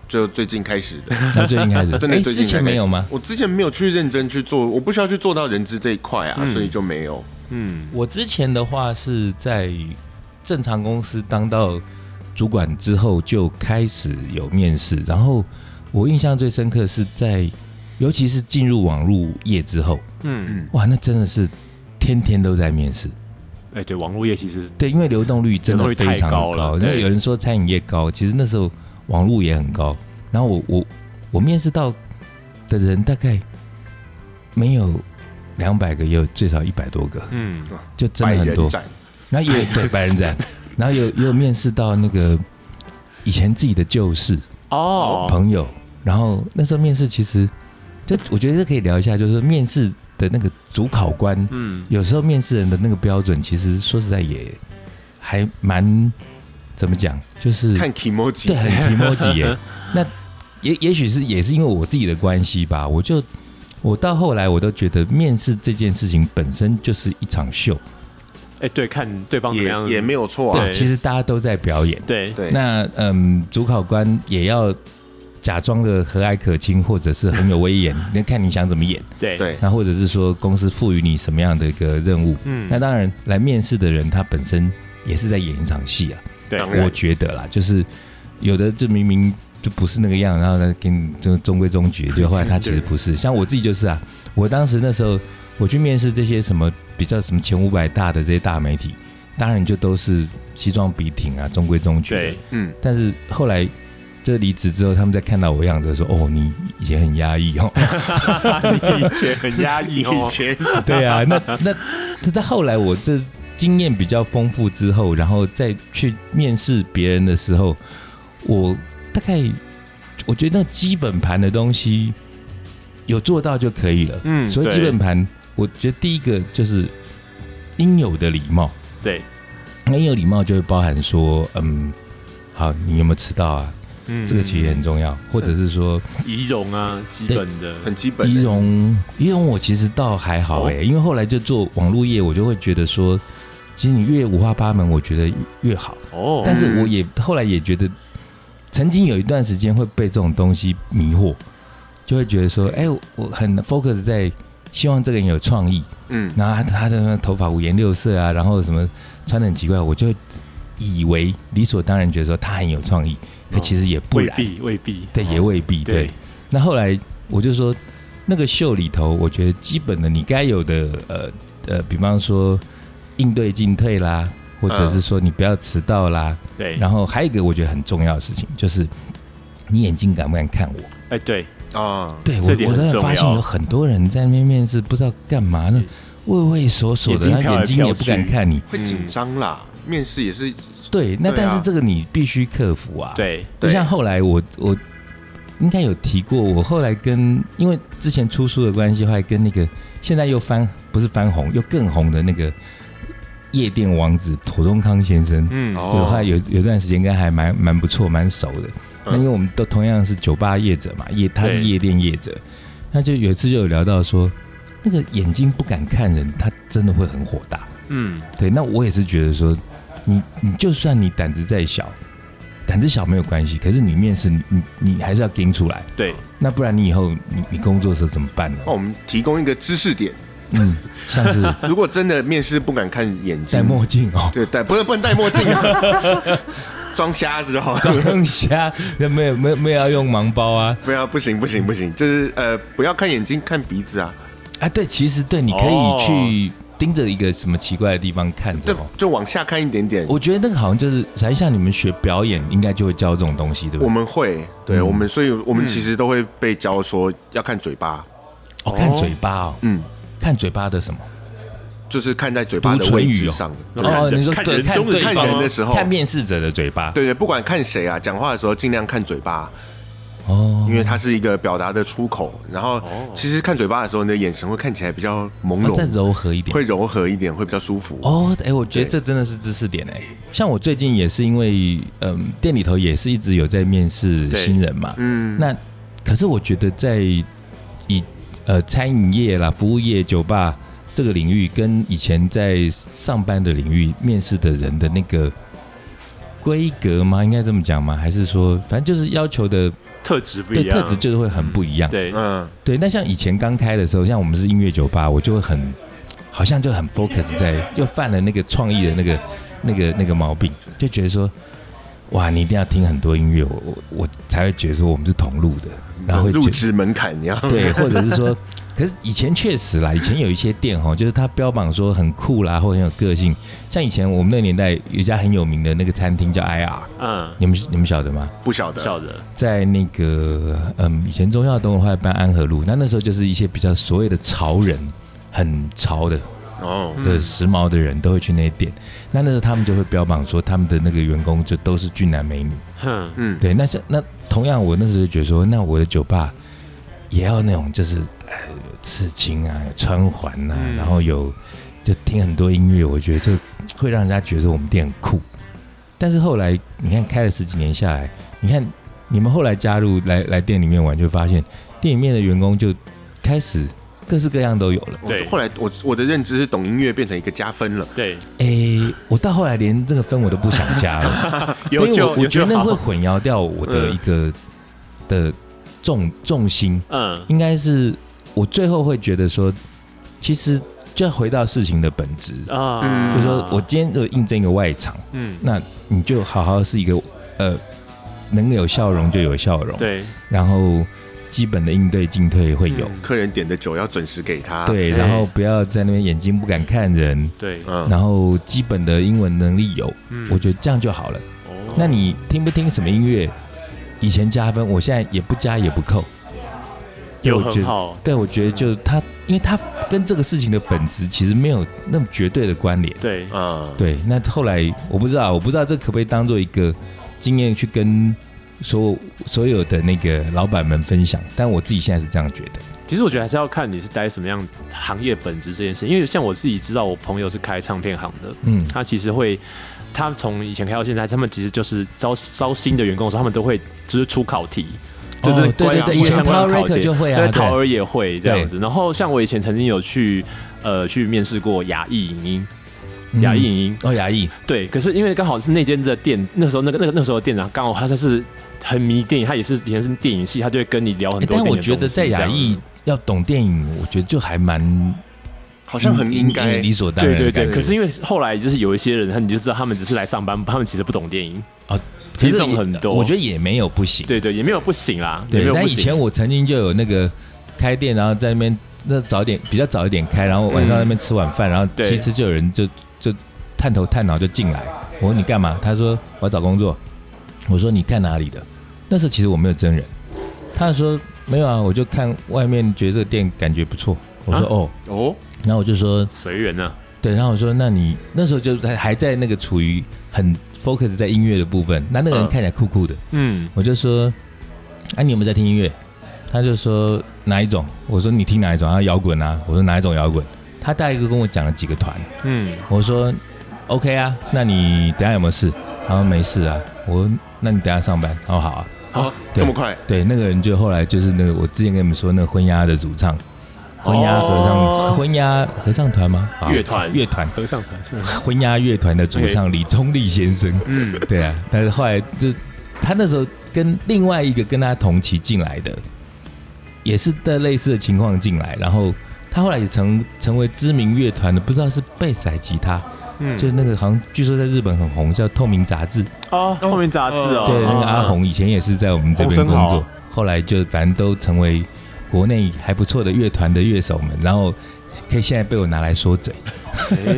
Speaker 1: 就最近开始
Speaker 3: [LAUGHS]
Speaker 1: 的，
Speaker 3: 那最近开始，
Speaker 1: 真的
Speaker 3: 哎
Speaker 1: 最近
Speaker 3: 之
Speaker 1: 才
Speaker 3: 前
Speaker 1: 开
Speaker 3: 没
Speaker 1: 始
Speaker 3: 有吗？
Speaker 1: 我之前没有去认真去做，我不需要去做到人资这一块啊，所以就没有。
Speaker 2: 嗯，
Speaker 3: 我之前的话是在正常公司当到主管之后就开始有面试，然后我印象最深刻是在，尤其是进入网络业之后，
Speaker 2: 嗯，
Speaker 3: 哇，那真的是天天都在面试。
Speaker 2: 哎，对，网络业其实
Speaker 3: 对，因为流动率真的非
Speaker 2: 流
Speaker 3: 常
Speaker 2: 动率太高了
Speaker 3: 因
Speaker 2: 对
Speaker 3: 为有人说餐饮业高，其实那时候网络也很高。然后我我我面试到的人大概没有两百个，也有最少一百多个，
Speaker 2: 嗯，
Speaker 3: 就真
Speaker 1: 百
Speaker 3: 的很多
Speaker 1: 人。展，
Speaker 3: 那也对白人展， [LAUGHS] 然后有也有面试到那个以前自己的旧事
Speaker 2: 哦，
Speaker 3: 朋友，然后那时候面试其实就我觉得可以聊一下，就是面试的那个主考官，
Speaker 2: 嗯，
Speaker 3: 有时候面试人的那个标准，其实说实在也还蛮怎么讲，就是
Speaker 1: 看 k i m o
Speaker 3: 对，很 emoji 耶。那也也许是也是因为我自己的关系吧，我就我到后来我都觉得面试这件事情本身就是一场秀，
Speaker 2: 哎，对，看对方怎么样，
Speaker 1: 也也没有错啊
Speaker 2: 对。
Speaker 3: 其实大家都在表演。
Speaker 2: 对，
Speaker 1: 对，
Speaker 3: 那嗯，主考官也要假装的和蔼可亲，或者是很有威严，那看你想怎么演。
Speaker 2: 对，
Speaker 1: 对
Speaker 3: 那或者是说公司赋予你什么样的一个任务？
Speaker 2: 嗯
Speaker 3: 那当然，来面试的人他本身也是在演一场戏啊。
Speaker 2: 对，
Speaker 1: 当然
Speaker 3: 我觉得啦，就是有的就明明就不是那个样，然后呢给你就中规中矩，就后来他其实不是。像我自己就是啊，我当时那时候我去面试这些什么比较什么前五百大的这些大媒体，当然就都是西装笔挺啊，中规中矩。 [LAUGHS]
Speaker 2: 对。，
Speaker 1: 嗯，
Speaker 3: 但是后来就离职之后，他们在看到我的样子说：“哦，你以前很
Speaker 1: [LAUGHS]
Speaker 3: 压抑哦。”
Speaker 2: 你以前很压抑哦
Speaker 1: 以，
Speaker 3: [LAUGHS]
Speaker 1: 前
Speaker 3: 对啊，那那那在后来我这经验比较丰富之后，然后再去面试别人的时候，我大概我觉得那基本盘的东西有做到就可以了。
Speaker 1: 嗯
Speaker 3: 所以基
Speaker 2: 对
Speaker 3: 本盘，我觉得第一个就是应有的礼貌。
Speaker 2: 对，
Speaker 3: 那应有礼貌就会包含说，嗯，好，你有没有迟到啊？
Speaker 1: 嗯
Speaker 3: 这个其实也很重要，或者是说
Speaker 2: 仪容啊，基
Speaker 3: 对
Speaker 2: 本的，
Speaker 1: 很基本
Speaker 3: 仪
Speaker 1: 的，
Speaker 3: 容，仪容我其实倒还好
Speaker 2: 哦
Speaker 3: 哎、因为后来就做网络业，我就会觉得说，其实你越五花八门，我觉得越好。
Speaker 2: 哦，
Speaker 3: 但是我也后来也觉得，曾经有一段时间会被这种东西迷惑，就会觉得说，哎、我很 focus 在希望这个人有创意，
Speaker 1: 嗯，
Speaker 3: 然后他他的那头发五颜六色啊，然后什么穿的很奇怪，我就以为理所当然觉得说他很有创意，可
Speaker 2: 哦
Speaker 3: 其实也不
Speaker 2: 未
Speaker 3: 然，
Speaker 2: 必未必，
Speaker 3: 对，也未必对
Speaker 2: 对。
Speaker 3: 那后来我就说，那个秀里头，我觉得基本的你该有的，呃呃，比方说应对进退啦，或者是说你不要迟到啦。
Speaker 2: 对，
Speaker 3: 然后还有一个我觉得很重要的事情，就是你眼睛敢不敢看我？
Speaker 2: 哎对，
Speaker 1: 啊，
Speaker 3: 对我，
Speaker 2: 这点
Speaker 3: 我
Speaker 2: 很
Speaker 3: 真的
Speaker 2: 重
Speaker 3: 发现
Speaker 2: 要
Speaker 3: 有很多人在那边面试，不知道干嘛呢
Speaker 2: 嗯，
Speaker 3: 畏畏缩缩的，
Speaker 2: 眼睛
Speaker 3: 然后
Speaker 2: 飘来
Speaker 3: 眼睛
Speaker 2: 飘
Speaker 3: 也不敢
Speaker 2: 去
Speaker 3: 看你。
Speaker 1: 会紧张啦，
Speaker 3: 嗯
Speaker 1: 面试也是，
Speaker 3: 对，那
Speaker 1: 对啊
Speaker 3: 但是这个你必须克服啊。。
Speaker 2: 对，
Speaker 3: 就
Speaker 1: 对
Speaker 3: 像后来我我应该有提过，我后来跟因为之前出书的关系，后来跟那个现在又翻不是翻红又更红的那个夜店王子妥中康先生，
Speaker 2: 嗯
Speaker 1: 哦
Speaker 3: 就后来有有段时间跟他还蛮蛮不错蛮熟的。那因为我们都同样是酒吧业者嘛，夜他是
Speaker 2: 对
Speaker 3: 夜店业者，那就有一次就有聊到说，那个眼睛不敢看人，他真的会很火大。
Speaker 2: 嗯，
Speaker 3: 对，那我也是觉得说，你你就算你胆子再小，胆子小没有关系，可是你面试你你你还是要盯出来，
Speaker 2: 对，
Speaker 3: 那不然你以后你你工作的时候怎么办呢？
Speaker 1: 那我们提供一个知识点，
Speaker 3: 嗯，像
Speaker 1: [LAUGHS]
Speaker 3: 是
Speaker 1: 如果真的面试不敢看眼睛，
Speaker 3: 戴墨镜哦，
Speaker 1: 对，戴不能不能戴墨镜啊， [LAUGHS] 装瞎子就好
Speaker 3: [LAUGHS]
Speaker 1: 了。
Speaker 3: 装瞎，那没有没有没有要用盲包啊
Speaker 1: 不要，不行不行不行，就是呃，不要看眼睛，看鼻子啊，
Speaker 3: 啊！对，其实对，你可
Speaker 2: 哦
Speaker 3: 以去盯着一个什么奇怪的地方看着
Speaker 1: 就
Speaker 3: 哦。
Speaker 1: 就往下看一点点。
Speaker 3: 我觉得那个好像就是，才像你们学表演应该就会教这种东西，对不
Speaker 1: 我
Speaker 3: 对？
Speaker 1: 们会，对
Speaker 3: 嗯
Speaker 1: 我们，所以我们其实都会被教说要看嘴巴，
Speaker 3: 哦，看嘴巴哦，
Speaker 1: 嗯，
Speaker 3: 看嘴巴的什么？
Speaker 1: 就是看在嘴巴的位置上
Speaker 2: 独
Speaker 1: 的。对
Speaker 2: 唇语看人
Speaker 3: 哦，你说
Speaker 2: 看
Speaker 3: 对
Speaker 2: 人中的
Speaker 3: 对
Speaker 1: 看
Speaker 2: 地方
Speaker 1: 人
Speaker 2: 吗
Speaker 1: 的时候，
Speaker 3: 看面试者的嘴巴。
Speaker 1: 对对，不管看谁啊，讲话的时候尽量看嘴巴，
Speaker 3: 哦，
Speaker 1: 因为它是一个表达的出口。然后
Speaker 2: 哦
Speaker 1: 其实看嘴巴的时候，你的眼神会看起来比较朦
Speaker 3: 啊再
Speaker 1: 胧，
Speaker 3: 柔和一点。
Speaker 1: 会柔和一点，会比较舒服。
Speaker 3: 哦，哎、我觉得
Speaker 1: 对
Speaker 3: 这真的是知识点哎、像我最近也是因为，嗯，店里头也是一直有在面试
Speaker 2: 对
Speaker 3: 新人嘛。
Speaker 1: 嗯，
Speaker 3: 那可是我觉得在以呃餐饮业啦、服务业、酒吧这个领域，跟以前在上班的领域面试的人的那个规格吗？应该这么讲吗？还是说，反正就是要求的
Speaker 2: 特质不
Speaker 3: 对
Speaker 2: 一样，
Speaker 3: 特质就是会很不一样。
Speaker 2: 对，
Speaker 1: 嗯，
Speaker 3: 对，那像以前刚开的时候，像我们是音乐酒吧，我就会很，好像就很 focus 在，又犯了那个创意的那个、那个、那个毛病，就觉得说，哇，你一定要听很多音乐，我我我才会觉得说我们是同路的，然后会
Speaker 1: 嗯入
Speaker 3: 觉
Speaker 1: 职门槛你要
Speaker 3: 得对，或者是说，可是以前确实啦，以前有一些店哈，就是它标榜说很酷啦，或很有个性，像以前我们那个年代有一家很有名的那个餐厅叫 IR，
Speaker 2: 嗯，
Speaker 3: 你们你们晓得吗？
Speaker 1: 不晓得，
Speaker 2: 晓得，
Speaker 3: 在那个嗯，以前中药东的话搬安和路，那那时候就是一些比较所谓的潮人，很潮的，
Speaker 1: 哦，
Speaker 3: 的时髦的人都会去那些店。那那时候他们就会标榜说，他们的那个员工就都是俊男美女。
Speaker 2: 哼，
Speaker 1: 嗯，
Speaker 3: 对，那像那同样，我那时候就觉得说，那我的酒吧也要那种就是呃刺青啊、穿环啊，
Speaker 2: 嗯
Speaker 3: 然后有就听很多音乐，我觉得就会让人家觉得我们店很酷。但是后来你看开了十几年下来，你看你们后来加入来来店里面玩，就发现店里面的员工就开始各式各样都有了。
Speaker 1: 我
Speaker 2: 对
Speaker 1: 后来我我的认知是懂音乐变成一个加分了，
Speaker 2: 对，
Speaker 3: 诶，
Speaker 2: 嗯
Speaker 3: 我到后来连这个分我都不想
Speaker 2: [LAUGHS]
Speaker 3: 加了，
Speaker 2: 有
Speaker 3: 因为
Speaker 2: 就
Speaker 3: 我我
Speaker 2: 有
Speaker 3: 觉
Speaker 2: 就
Speaker 3: 得那会
Speaker 2: 好，
Speaker 3: 混淆掉我的
Speaker 1: 嗯
Speaker 3: 一个、的重重心。
Speaker 2: 嗯
Speaker 3: 应该是我最后会觉得说，其实就要回到事情的本质，
Speaker 2: 啊，
Speaker 3: 就是说我今天如果应征一个外场，
Speaker 2: 嗯，
Speaker 3: 那你就好好是一个呃，能有笑容就有笑容，，
Speaker 2: 对，
Speaker 3: 然后基本的应对进退会有，
Speaker 2: 嗯
Speaker 1: 客人点的酒要准时给他，，
Speaker 3: 对，
Speaker 2: 哎
Speaker 3: 然后不要在那边眼睛不敢看人，
Speaker 2: 对，
Speaker 1: 嗯，
Speaker 3: 然后基本的英文能力有，
Speaker 2: 嗯
Speaker 3: 我觉得这样就好了。
Speaker 2: 哦
Speaker 3: 那你听不听什么音乐？以前加分，我现在也不加也不扣。
Speaker 2: 有
Speaker 3: 我觉
Speaker 2: 很
Speaker 3: 得
Speaker 2: 好，
Speaker 3: 对，我觉得就它，因为它跟这个事情的本质其实没有那么绝对的关联。
Speaker 2: 对，
Speaker 1: 啊，
Speaker 3: 对，那后来我不知道，我不知道这可不可以当做一个经验去跟所所有的那个老板们分享，但我自己现在是这样觉得。
Speaker 2: 其实我觉得还是要看你是待什么样行业本质这件事，因为像我自己知道，我朋友是开唱片行的，
Speaker 3: 嗯，
Speaker 2: 他其实会，他从以前开到现在，他们其实就是招招新的员工的时候，他们都会就是出考题，就是
Speaker 3: 哦对
Speaker 2: 关于
Speaker 3: 对对，
Speaker 2: 音
Speaker 3: 以
Speaker 2: 乐
Speaker 3: 前
Speaker 2: 相
Speaker 3: p
Speaker 2: 关
Speaker 3: o
Speaker 2: 的
Speaker 3: w e
Speaker 2: 考
Speaker 3: r
Speaker 2: 题
Speaker 3: 就，会
Speaker 2: 对
Speaker 3: 啊，
Speaker 2: 陶
Speaker 3: 对
Speaker 2: 儿也会这样子。然后像我以前曾经有去呃去面试过雅艺影音，雅艺
Speaker 3: 嗯
Speaker 2: 影音，
Speaker 3: 哦，牙医，
Speaker 2: 对，可是因为刚好是那间的店，那时候那个那个那时候的店长刚好他他是很迷电影，他也是以前是电影系，他就会跟你聊很
Speaker 3: 诶
Speaker 2: 多
Speaker 3: 但
Speaker 2: 电影
Speaker 3: 我
Speaker 2: 的
Speaker 3: 觉得
Speaker 2: 东西
Speaker 3: 在
Speaker 2: 这
Speaker 3: 雅
Speaker 2: 样
Speaker 3: 艺要懂电影，我觉得就还蛮
Speaker 1: 好像很应该，
Speaker 3: 理所当
Speaker 2: 对
Speaker 3: 然的
Speaker 2: 对
Speaker 3: 感觉。
Speaker 2: 对，可是因为后来就是有一些人，他你就知道他们只是来上班，他们其实不懂电影
Speaker 3: 啊，
Speaker 2: 其实这
Speaker 3: 可是
Speaker 2: 种
Speaker 3: 也
Speaker 2: 很多，
Speaker 3: 我觉得也没有不行。
Speaker 2: 对对，也没有不行啦，也没
Speaker 3: 对，
Speaker 2: 有
Speaker 3: 那
Speaker 2: 不
Speaker 3: 以
Speaker 2: 行。
Speaker 3: 前我曾经就有那个开店，然后在那边那早点比较早一点开，然后晚上在那边吃晚饭，然后
Speaker 2: 对
Speaker 3: 其实就有人就就探头探脑就进来，我说你干嘛？他说我要找工作，我说你看哪里的？那时候其实我没有真人，他就说没有啊，我就看外面觉得这个店感觉不错，我说、
Speaker 2: 啊
Speaker 3: 哦，
Speaker 1: 哦，
Speaker 3: 然后我就说
Speaker 2: 随缘啊呢，
Speaker 3: 对，然后我说那你那时候就还还在那个处于很 focus 在音乐的部分，那那个人
Speaker 1: 嗯
Speaker 3: 看起来酷酷的，
Speaker 2: 嗯，
Speaker 3: 我就说，啊，你有没有在听音乐？他就说哪一种？我说你听哪一种？他说摇滚啊。我说哪一种摇滚？他大概就跟我讲了几个团。
Speaker 2: 嗯，
Speaker 3: 我说 OK 啊，那你等一下有没有事？他说没事啊。我说那你等一下上班？哦好啊。
Speaker 1: 好，
Speaker 3: 对
Speaker 1: 这么快，
Speaker 3: 对，那个人就后来就是那个我之前跟你们说那个婚鸦的主唱，婚鸦合唱、
Speaker 2: 哦
Speaker 3: 婚鸦合唱团吗？啊
Speaker 2: 乐团
Speaker 3: 乐团
Speaker 2: 合唱团，
Speaker 3: 婚鸦乐团的主唱李宗立先生。
Speaker 1: 嗯，
Speaker 3: [LAUGHS] 对啊，但是后来就他那时候跟另外一个跟他同期进来的，也是在类似的情况进来，然后他后来也成成为知名乐团的，不知道是贝斯还是吉他，
Speaker 2: 嗯，
Speaker 3: 就是那个好像据说在日本很红，叫透明杂志，
Speaker 2: 哦，后面杂志哦，
Speaker 3: 对，那个
Speaker 2: 哦
Speaker 3: 阿，红以前也是在我们这边
Speaker 2: 洪
Speaker 3: 工
Speaker 2: 生豪
Speaker 3: 作，后来就反正都成为国内还不错的乐团的乐手们，然后可以现在被我拿来说嘴，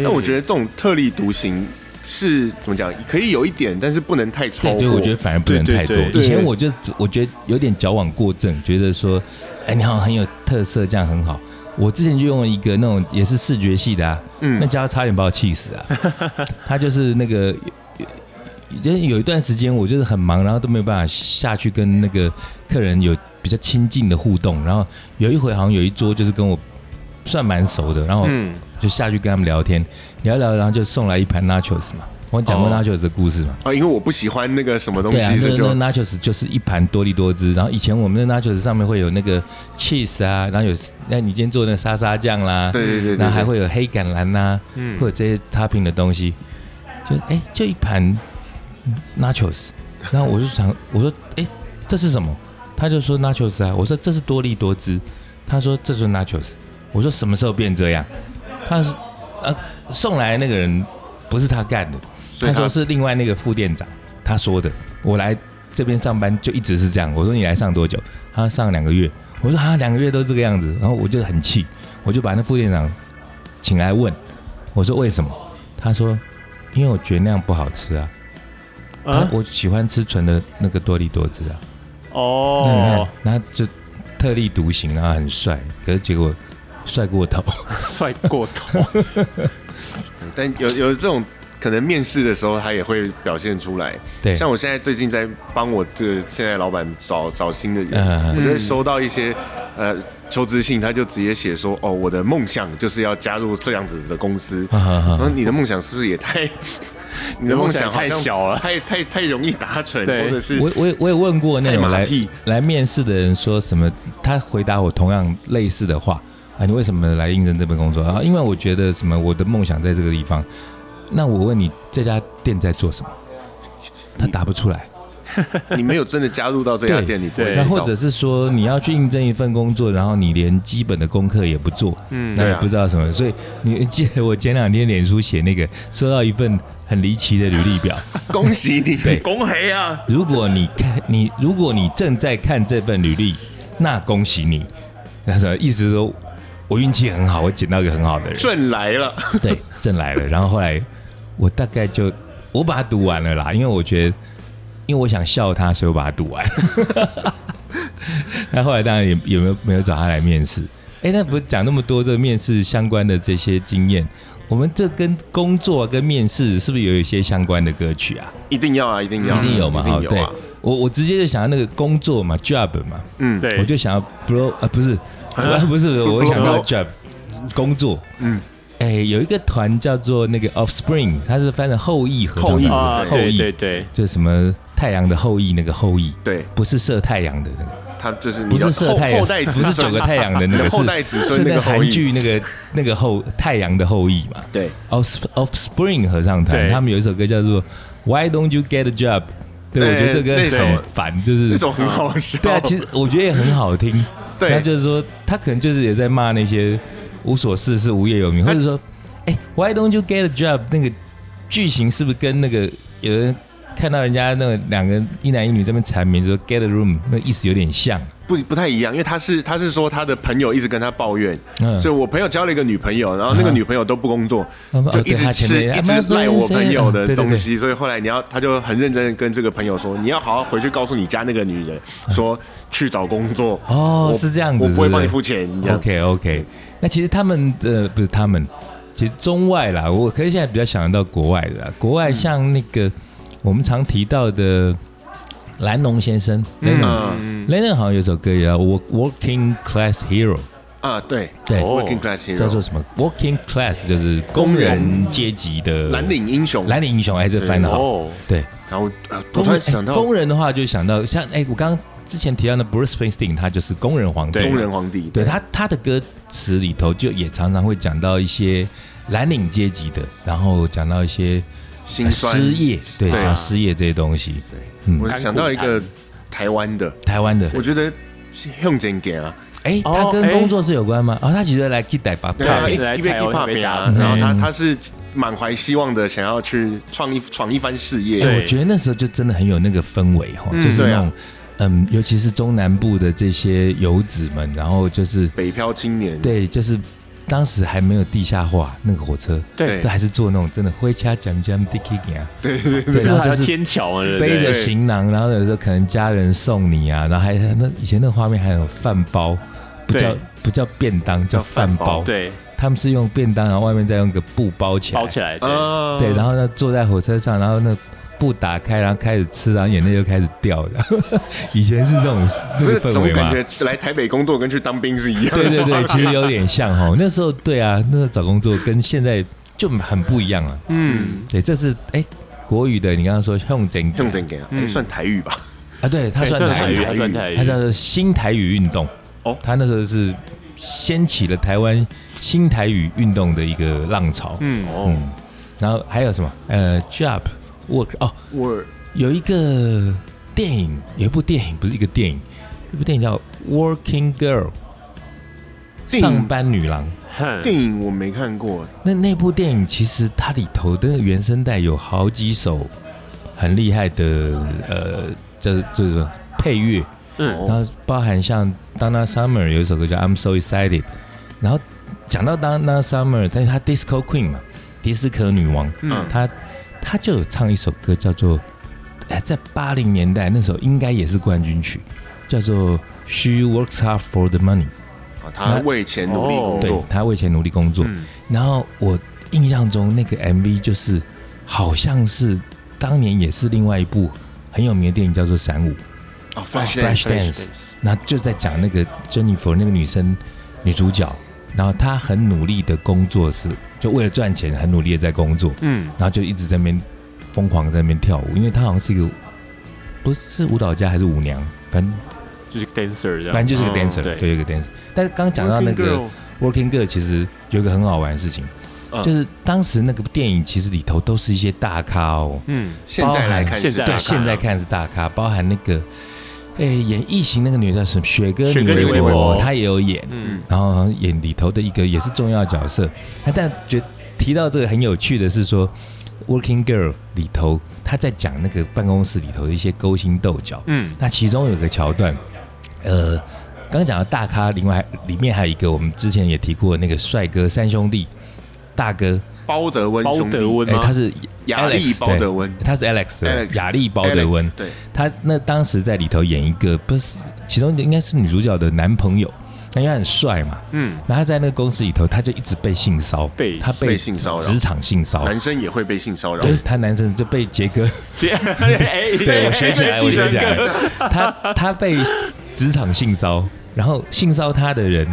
Speaker 1: 那我觉
Speaker 2: 得
Speaker 1: 得这种特立独行是怎么讲？可以有一点，但是不能太超
Speaker 3: 对，
Speaker 1: 过。
Speaker 3: 对，我觉得反而不能
Speaker 2: 对对
Speaker 3: 太多。
Speaker 2: 对
Speaker 1: 对
Speaker 3: 以前我就我觉得有点矫枉过正，觉得说，哎，你好像很有特色，这样很好。我之前就用一个那种也是视觉系的啊，那
Speaker 1: 嗯，
Speaker 3: 家伙差点把我气死啊。 [LAUGHS] 他就是那个，就是有一段时间我就是很忙，然后都没有办法下去跟那个客人有比较亲近的互动。然后有一回好像有一桌就是跟我算蛮熟的，然后
Speaker 2: 嗯，
Speaker 3: 就下去跟他们聊天，聊一聊，然后就送来一盘 nachos 嘛。我讲过
Speaker 1: 哦
Speaker 3: nachos 的故事嘛？
Speaker 1: 啊，因为我不喜欢那个什么东
Speaker 3: 对啊
Speaker 1: 西，，
Speaker 3: 那
Speaker 1: 所以
Speaker 3: 个
Speaker 1: 就
Speaker 3: 那 nachos 就是一盘多利多汁，然后以前我们的 nachos 上面会有那个 cheese 啊，然后有那你今天做的那沙沙酱啦，
Speaker 1: 对对对对，
Speaker 3: 然后还会有黑橄榄呐、
Speaker 2: 嗯
Speaker 3: 或者这些 topping 的东西，就哎就一盘 nachos，然后我就想 [LAUGHS] 我说哎这是什么？他就说 nachos 啊，我说这是多利多汁，他说这就是 nachos，我说什么时候变这样？他说呃送来那个人不是他干的，
Speaker 1: 所以
Speaker 3: 他
Speaker 1: 他
Speaker 3: 说是另外那个副店长他说的，我来这边上班就一直是这样。我说你来上多久？他说上两个月。我说啊，两个月都这个样子，然后我就很气，我就把那副店长请来问，我说为什么？他说因为我觉得那样不好吃啊，
Speaker 2: 啊
Speaker 3: 他，我喜欢吃纯的那个多利多汁啊。那你看嗯
Speaker 2: 哦，，
Speaker 3: 那就特立独行啊，很帅，可是结果帅过头。
Speaker 2: 帅过头，
Speaker 1: 但有有这种可能面试的时候，他也会表现出来。
Speaker 3: 对，
Speaker 1: 像我现在最近在帮我这个现在老板找找新的
Speaker 3: 嗯
Speaker 1: 人，我就会收到一些呃求职信，他就直接写说：“哦，我的梦想就是要加入这样子的公司。”
Speaker 3: 嗯
Speaker 1: 然后你的梦想是不是也太？ [LAUGHS] 你的梦想好像
Speaker 2: 太小了
Speaker 1: 太太太容易达成，
Speaker 2: 对
Speaker 1: 或者是
Speaker 3: 我我也我也问过那
Speaker 1: 太
Speaker 3: 种
Speaker 1: 马
Speaker 3: 来
Speaker 1: 屁
Speaker 3: 来面试的人说什么，他回答我同样类似的话啊，你为什么来应征这份工作啊？因为我觉得什么，我的梦想在这个地方。那我问你，这家店在做什么？他答不出来。
Speaker 1: 你没有真的加入到这家
Speaker 3: 对
Speaker 1: 店，你不会
Speaker 2: 对
Speaker 1: 知
Speaker 3: 那
Speaker 1: 道
Speaker 3: 或者是说你要去应征一份工作，然后你连基本的功课也不做，嗯，那
Speaker 1: 对
Speaker 3: 也
Speaker 1: 啊
Speaker 3: 不知道什么。所以你记得我前两天脸书写那个收到一份很离奇的履
Speaker 1: [LAUGHS]
Speaker 3: 历表，
Speaker 1: 恭喜你，
Speaker 2: [LAUGHS] 恭黑啊！
Speaker 3: 如果你看你，如果你正在看这份履历，那恭喜你。那什么意思是说，我运气很好，我捡到一个很好的人，
Speaker 1: 赚来了。
Speaker 3: 对，正来了。然后后来我大概就我把它读完了啦，因为我觉得，因为我想笑他，所以我把它读完。 [LAUGHS] 那后来当然也也没有没有找他来面试。哎，那不是讲那么多这个面试相关的这些经验，我们这跟工作啊跟面试是不是有一些相关的歌曲啊？
Speaker 1: 一定要啊，一定要啊，
Speaker 3: 一定有嘛，
Speaker 1: 一定
Speaker 3: 哈，
Speaker 1: 有
Speaker 3: 对
Speaker 1: 啊，
Speaker 3: 我我直接就想要那个工作嘛，job 嘛，
Speaker 1: 嗯，
Speaker 2: 对，
Speaker 3: 我就想要 blow 啊，
Speaker 1: [LAUGHS]
Speaker 3: 不是，我不是，我想要 job 工作，
Speaker 1: 嗯
Speaker 3: 嗯，哎，有一个团叫做那个 Offspring，它是翻成后裔合
Speaker 1: 后
Speaker 3: 唱
Speaker 1: 裔
Speaker 3: 团，
Speaker 2: 啊，
Speaker 1: 后
Speaker 2: 对
Speaker 3: 裔
Speaker 2: 对对，
Speaker 3: 就是什么太阳的后裔那个后裔，
Speaker 1: 对，
Speaker 3: 不是射太阳的那个，
Speaker 1: 他就是你
Speaker 3: 不
Speaker 1: 的
Speaker 3: 是射
Speaker 1: 后
Speaker 3: 太阳，
Speaker 1: 后代子
Speaker 3: 不
Speaker 1: 孙，
Speaker 3: 是九个太阳的那
Speaker 1: 你
Speaker 3: 个，
Speaker 1: 的 [LAUGHS]
Speaker 3: 是
Speaker 1: 后代子孙
Speaker 3: 是
Speaker 1: 那个
Speaker 3: 那个
Speaker 1: 后
Speaker 3: 韩
Speaker 1: 裔
Speaker 3: 剧那个那个后太阳的后裔嘛，
Speaker 1: 对，
Speaker 3: Off Offspring 合唱团，
Speaker 2: 对
Speaker 3: 他们有一首歌叫做 Why Don't You Get a Job？对，
Speaker 1: 对
Speaker 3: 我觉得这个
Speaker 1: 那
Speaker 3: 很
Speaker 1: 首
Speaker 3: 烦，就是
Speaker 1: 那种很好笑。
Speaker 3: 对啊，其实我觉得也很好听。
Speaker 1: [LAUGHS] 对
Speaker 3: 他就是说他可能就是也在骂那些无所事事、无业游民，或者说，哎、w h y Don't You Get a Job？那个剧情是不是跟那个有人看到人家那个两个一男一女在那边缠绵，就说 Get a room，那意思有点像。
Speaker 1: 不不太一样，因为他是他是说他的朋友一直跟他抱怨，
Speaker 3: 嗯
Speaker 1: 所以我朋友交了一个女朋友，然后那个
Speaker 3: 嗯
Speaker 1: 女朋友都不工作，
Speaker 3: 嗯
Speaker 1: 就
Speaker 3: 哦
Speaker 1: 一
Speaker 3: 对
Speaker 1: 直
Speaker 3: 他前
Speaker 1: 吃，
Speaker 3: 面
Speaker 1: 一
Speaker 3: 啊
Speaker 1: 直
Speaker 3: 不
Speaker 1: 赖我朋友
Speaker 3: 不
Speaker 1: 的
Speaker 3: 是
Speaker 1: 东西，所以后来你要他就很认真的跟这个朋友说，你要好好回去告诉你家那个女人说去找工作
Speaker 3: 哦
Speaker 1: 我
Speaker 3: 是这样子
Speaker 1: 我不会
Speaker 3: 是不是
Speaker 1: 帮你付钱，你这样
Speaker 3: OK OK，那其实他们的不是他们，其实中外啦，我可以现在比较想得到国外的啦，国外像那
Speaker 1: 嗯
Speaker 3: 个、我们常提到的蓝龙先生，雷农、
Speaker 1: 嗯
Speaker 3: 雷农好像有首歌也叫《Work Working Class Hero》，
Speaker 1: 啊，对
Speaker 3: 对，
Speaker 2: 哦
Speaker 1: ，working class
Speaker 3: 叫做
Speaker 1: hero，
Speaker 3: 什么 Working Class，就是工人阶级的
Speaker 1: 蓝领英雄，
Speaker 3: 蓝领英雄，还是翻的好，
Speaker 2: 哦，
Speaker 3: 对。
Speaker 1: 然后呃我突
Speaker 3: 工人
Speaker 1: 然想
Speaker 3: 哎
Speaker 1: 到
Speaker 3: 工人的话，就想到像哎、我刚刚之前提到的 Bruce Springsteen，他就是工人皇帝，
Speaker 2: 对
Speaker 1: 工人皇帝，
Speaker 3: 对他他的歌词里头就也常常会讲到一些蓝领阶级的，然后讲到一些、呃
Speaker 1: 心酸
Speaker 3: 失业，
Speaker 1: 对
Speaker 3: 对，讲
Speaker 1: 啊
Speaker 3: 到失业这些东西。
Speaker 1: 对，
Speaker 3: 嗯
Speaker 1: 我想到一个台湾的，
Speaker 3: 台湾的，
Speaker 1: 我觉得是用真给啊，
Speaker 3: 哎，
Speaker 2: 哦
Speaker 3: 他跟
Speaker 2: 哎
Speaker 3: 工作是有关吗？哦，他其实来 Kid 代吧，
Speaker 1: 对啊，
Speaker 2: 对
Speaker 1: 一
Speaker 2: 来
Speaker 1: 一边
Speaker 2: 台
Speaker 1: 一
Speaker 2: 湾
Speaker 1: 怕
Speaker 2: 被
Speaker 1: 别啊
Speaker 2: 打，
Speaker 1: 然后他
Speaker 3: 嗯
Speaker 1: 他是满怀希望的想要去创一闯一番事业，
Speaker 2: 对
Speaker 3: 我觉得那时候就真的很有那个氛围哈，
Speaker 2: 嗯
Speaker 3: 就是
Speaker 1: 对
Speaker 3: 那
Speaker 1: 啊
Speaker 3: 种。嗯，尤其是中南部的这些游子们，然后就是
Speaker 1: 北漂青年，
Speaker 3: 对，就是当时还没有地下化那个火车，
Speaker 1: 对
Speaker 2: 对，
Speaker 3: 都还是坐那种真的灰掐讲讲 dicky 啊，
Speaker 1: 对对对，
Speaker 3: 对，
Speaker 2: 那
Speaker 3: 然后
Speaker 2: 还
Speaker 3: 就
Speaker 2: 有
Speaker 3: 是
Speaker 2: 天桥啊，对不
Speaker 3: 背
Speaker 2: 对
Speaker 3: 着行囊，然后有时候可能家人送你啊，然后还那以前那个画面还有饭包，不
Speaker 2: 对
Speaker 3: 叫不叫便当，叫饭包。
Speaker 1: 饭包，
Speaker 2: 对，哦
Speaker 3: 他们是用便当，然后外面再用个布包起来。
Speaker 2: 包起来，对，
Speaker 1: 啊
Speaker 3: 对，然后呢坐在火车上，然后那布打开，然后开始吃，然后眼泪就开始掉的。 [LAUGHS] 以前是这种那
Speaker 1: 不是
Speaker 3: 个氛
Speaker 1: 总
Speaker 3: 围
Speaker 1: 感
Speaker 3: 嘛。
Speaker 1: 觉来台北工作跟去当兵是一样的，
Speaker 3: 对对
Speaker 2: [LAUGHS]
Speaker 3: 对，其实有点像哦。那时候对啊，那时候找工作跟现在就很不一样啊。
Speaker 2: 嗯，
Speaker 3: 对，这是哎国语的，你刚刚说用整
Speaker 1: 用真给啊，哎
Speaker 2: 嗯
Speaker 1: 算台语吧，
Speaker 3: 啊，对，他
Speaker 2: 对
Speaker 3: 算
Speaker 2: 哎这
Speaker 3: 台
Speaker 2: 台
Speaker 3: 语
Speaker 2: 语，它算台
Speaker 3: 它叫
Speaker 2: 语，
Speaker 3: 做新台语运动。
Speaker 1: 哎哦
Speaker 3: 他那时候是掀起了台湾新台语运动的一个浪潮。嗯，
Speaker 2: 嗯，
Speaker 1: 哦，
Speaker 3: 然后还有什么？呃，job work 哦，
Speaker 1: 我
Speaker 3: 有一个电影，有一部电影不是一个电影，一部电影叫《Working Girl》，
Speaker 1: 电影
Speaker 3: 上班女郎。
Speaker 2: 哼
Speaker 1: 电影我没看过，
Speaker 3: 那那部电影其实它里头的原声带有好几首很厉害的呃，这这种配乐。
Speaker 1: 哦
Speaker 2: 嗯，
Speaker 3: 然后包含像 Donna Summer 有一首歌叫《I'm So Excited》，然后讲到 Donna Summer，但是她 Disco Queen 嘛，迪斯科女王，
Speaker 1: 嗯
Speaker 3: 她她就有唱一首歌叫做，哎，在八零年代那时候应该也是冠军曲，叫做《She Works Hard for the Money》，
Speaker 1: 啊，他为钱努力工
Speaker 2: 对
Speaker 3: 对
Speaker 1: 作，
Speaker 3: 他为钱努力工作。
Speaker 1: 嗯，
Speaker 3: 然后我印象中那个 MV 就是好像是当年也是另外一部很有名的电影叫做《闪舞》，
Speaker 1: 啊，Flash
Speaker 3: Flash
Speaker 1: Dance，
Speaker 3: Dance 那就在讲那个 Jennifer 那个女生女主角，然后她很努力的工作是就为了赚钱，很努力的在工作，
Speaker 1: 嗯，
Speaker 3: 然后就一直在那边疯狂在那边跳舞，因为她好像是一个不是舞蹈家还是舞娘，反正
Speaker 2: 就是 dancer 这样，嗯
Speaker 3: 反正就是个
Speaker 1: 哦
Speaker 3: dancer，、
Speaker 2: 对
Speaker 3: 对，有一个 dancer。但是刚刚讲到那个
Speaker 1: Working
Speaker 3: Working Girl，其实有一个很好玩的事情，
Speaker 1: 嗯
Speaker 3: 就是当时那个电影其实里头都是一些大咖哦，
Speaker 2: 嗯，
Speaker 1: 现在来看是
Speaker 2: 现在
Speaker 1: 大
Speaker 2: 大
Speaker 3: 对，
Speaker 2: 咖
Speaker 3: 现在看是大咖，包含那个，诶、演异形那个女的叫什么？雪歌
Speaker 2: 雪歌
Speaker 1: 女
Speaker 3: 维
Speaker 1: 维
Speaker 2: 佛
Speaker 3: 她也有演，
Speaker 2: 嗯
Speaker 3: 然后好像演里头的一个也是重要的角色。那但觉提到这个很有趣的是说，《Working Girl》里头，她在讲那个办公室里头的一些勾心斗角。
Speaker 2: 嗯
Speaker 3: 那其中有个桥段，呃，刚刚讲到大咖，另外里面还有一个我们之前也提过的那个帅哥三兄弟，大哥，
Speaker 1: 包德温
Speaker 2: 包
Speaker 1: 兄弟，
Speaker 2: 德温
Speaker 3: 诶，
Speaker 2: 吗？
Speaker 3: 哎他是
Speaker 1: 亚力
Speaker 3: Alex，
Speaker 1: 包德温，
Speaker 3: 他是 Alex 的
Speaker 1: Alex，
Speaker 3: 亚力包德温
Speaker 1: Alex，，对，
Speaker 3: 他那当时在里头演一个不是，其中应该是女主角的男朋友，那因为他很帅嘛，
Speaker 2: 嗯，
Speaker 3: 然后他在那个公司里头，他就一直被性骚
Speaker 2: 被
Speaker 3: 他
Speaker 1: 被性骚扰
Speaker 3: 职场性骚扰，
Speaker 1: 男生也会被性骚扰，
Speaker 3: 对他男生就被杰哥，
Speaker 2: 姐， [LAUGHS] 哎，
Speaker 3: 对我学起来，我
Speaker 2: 记
Speaker 3: 学
Speaker 2: 得
Speaker 3: 起来
Speaker 2: 歌，
Speaker 3: 他他被职场性骚，然后性骚他的人，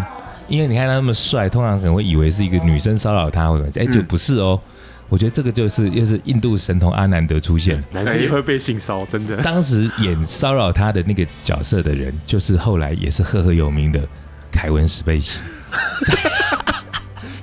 Speaker 3: 因为你看他那么帅，通常可能会以为是一个女生骚扰他或者哎，就
Speaker 1: 嗯
Speaker 3: 不是哦，我觉得这个就是又是印度神童阿南德出现了。
Speaker 2: 男
Speaker 1: 哎
Speaker 2: 生也会被性骚扰，真的。
Speaker 3: 当时演骚扰他的那个角色的人，就是后来也是赫赫有名的凯文史贝西。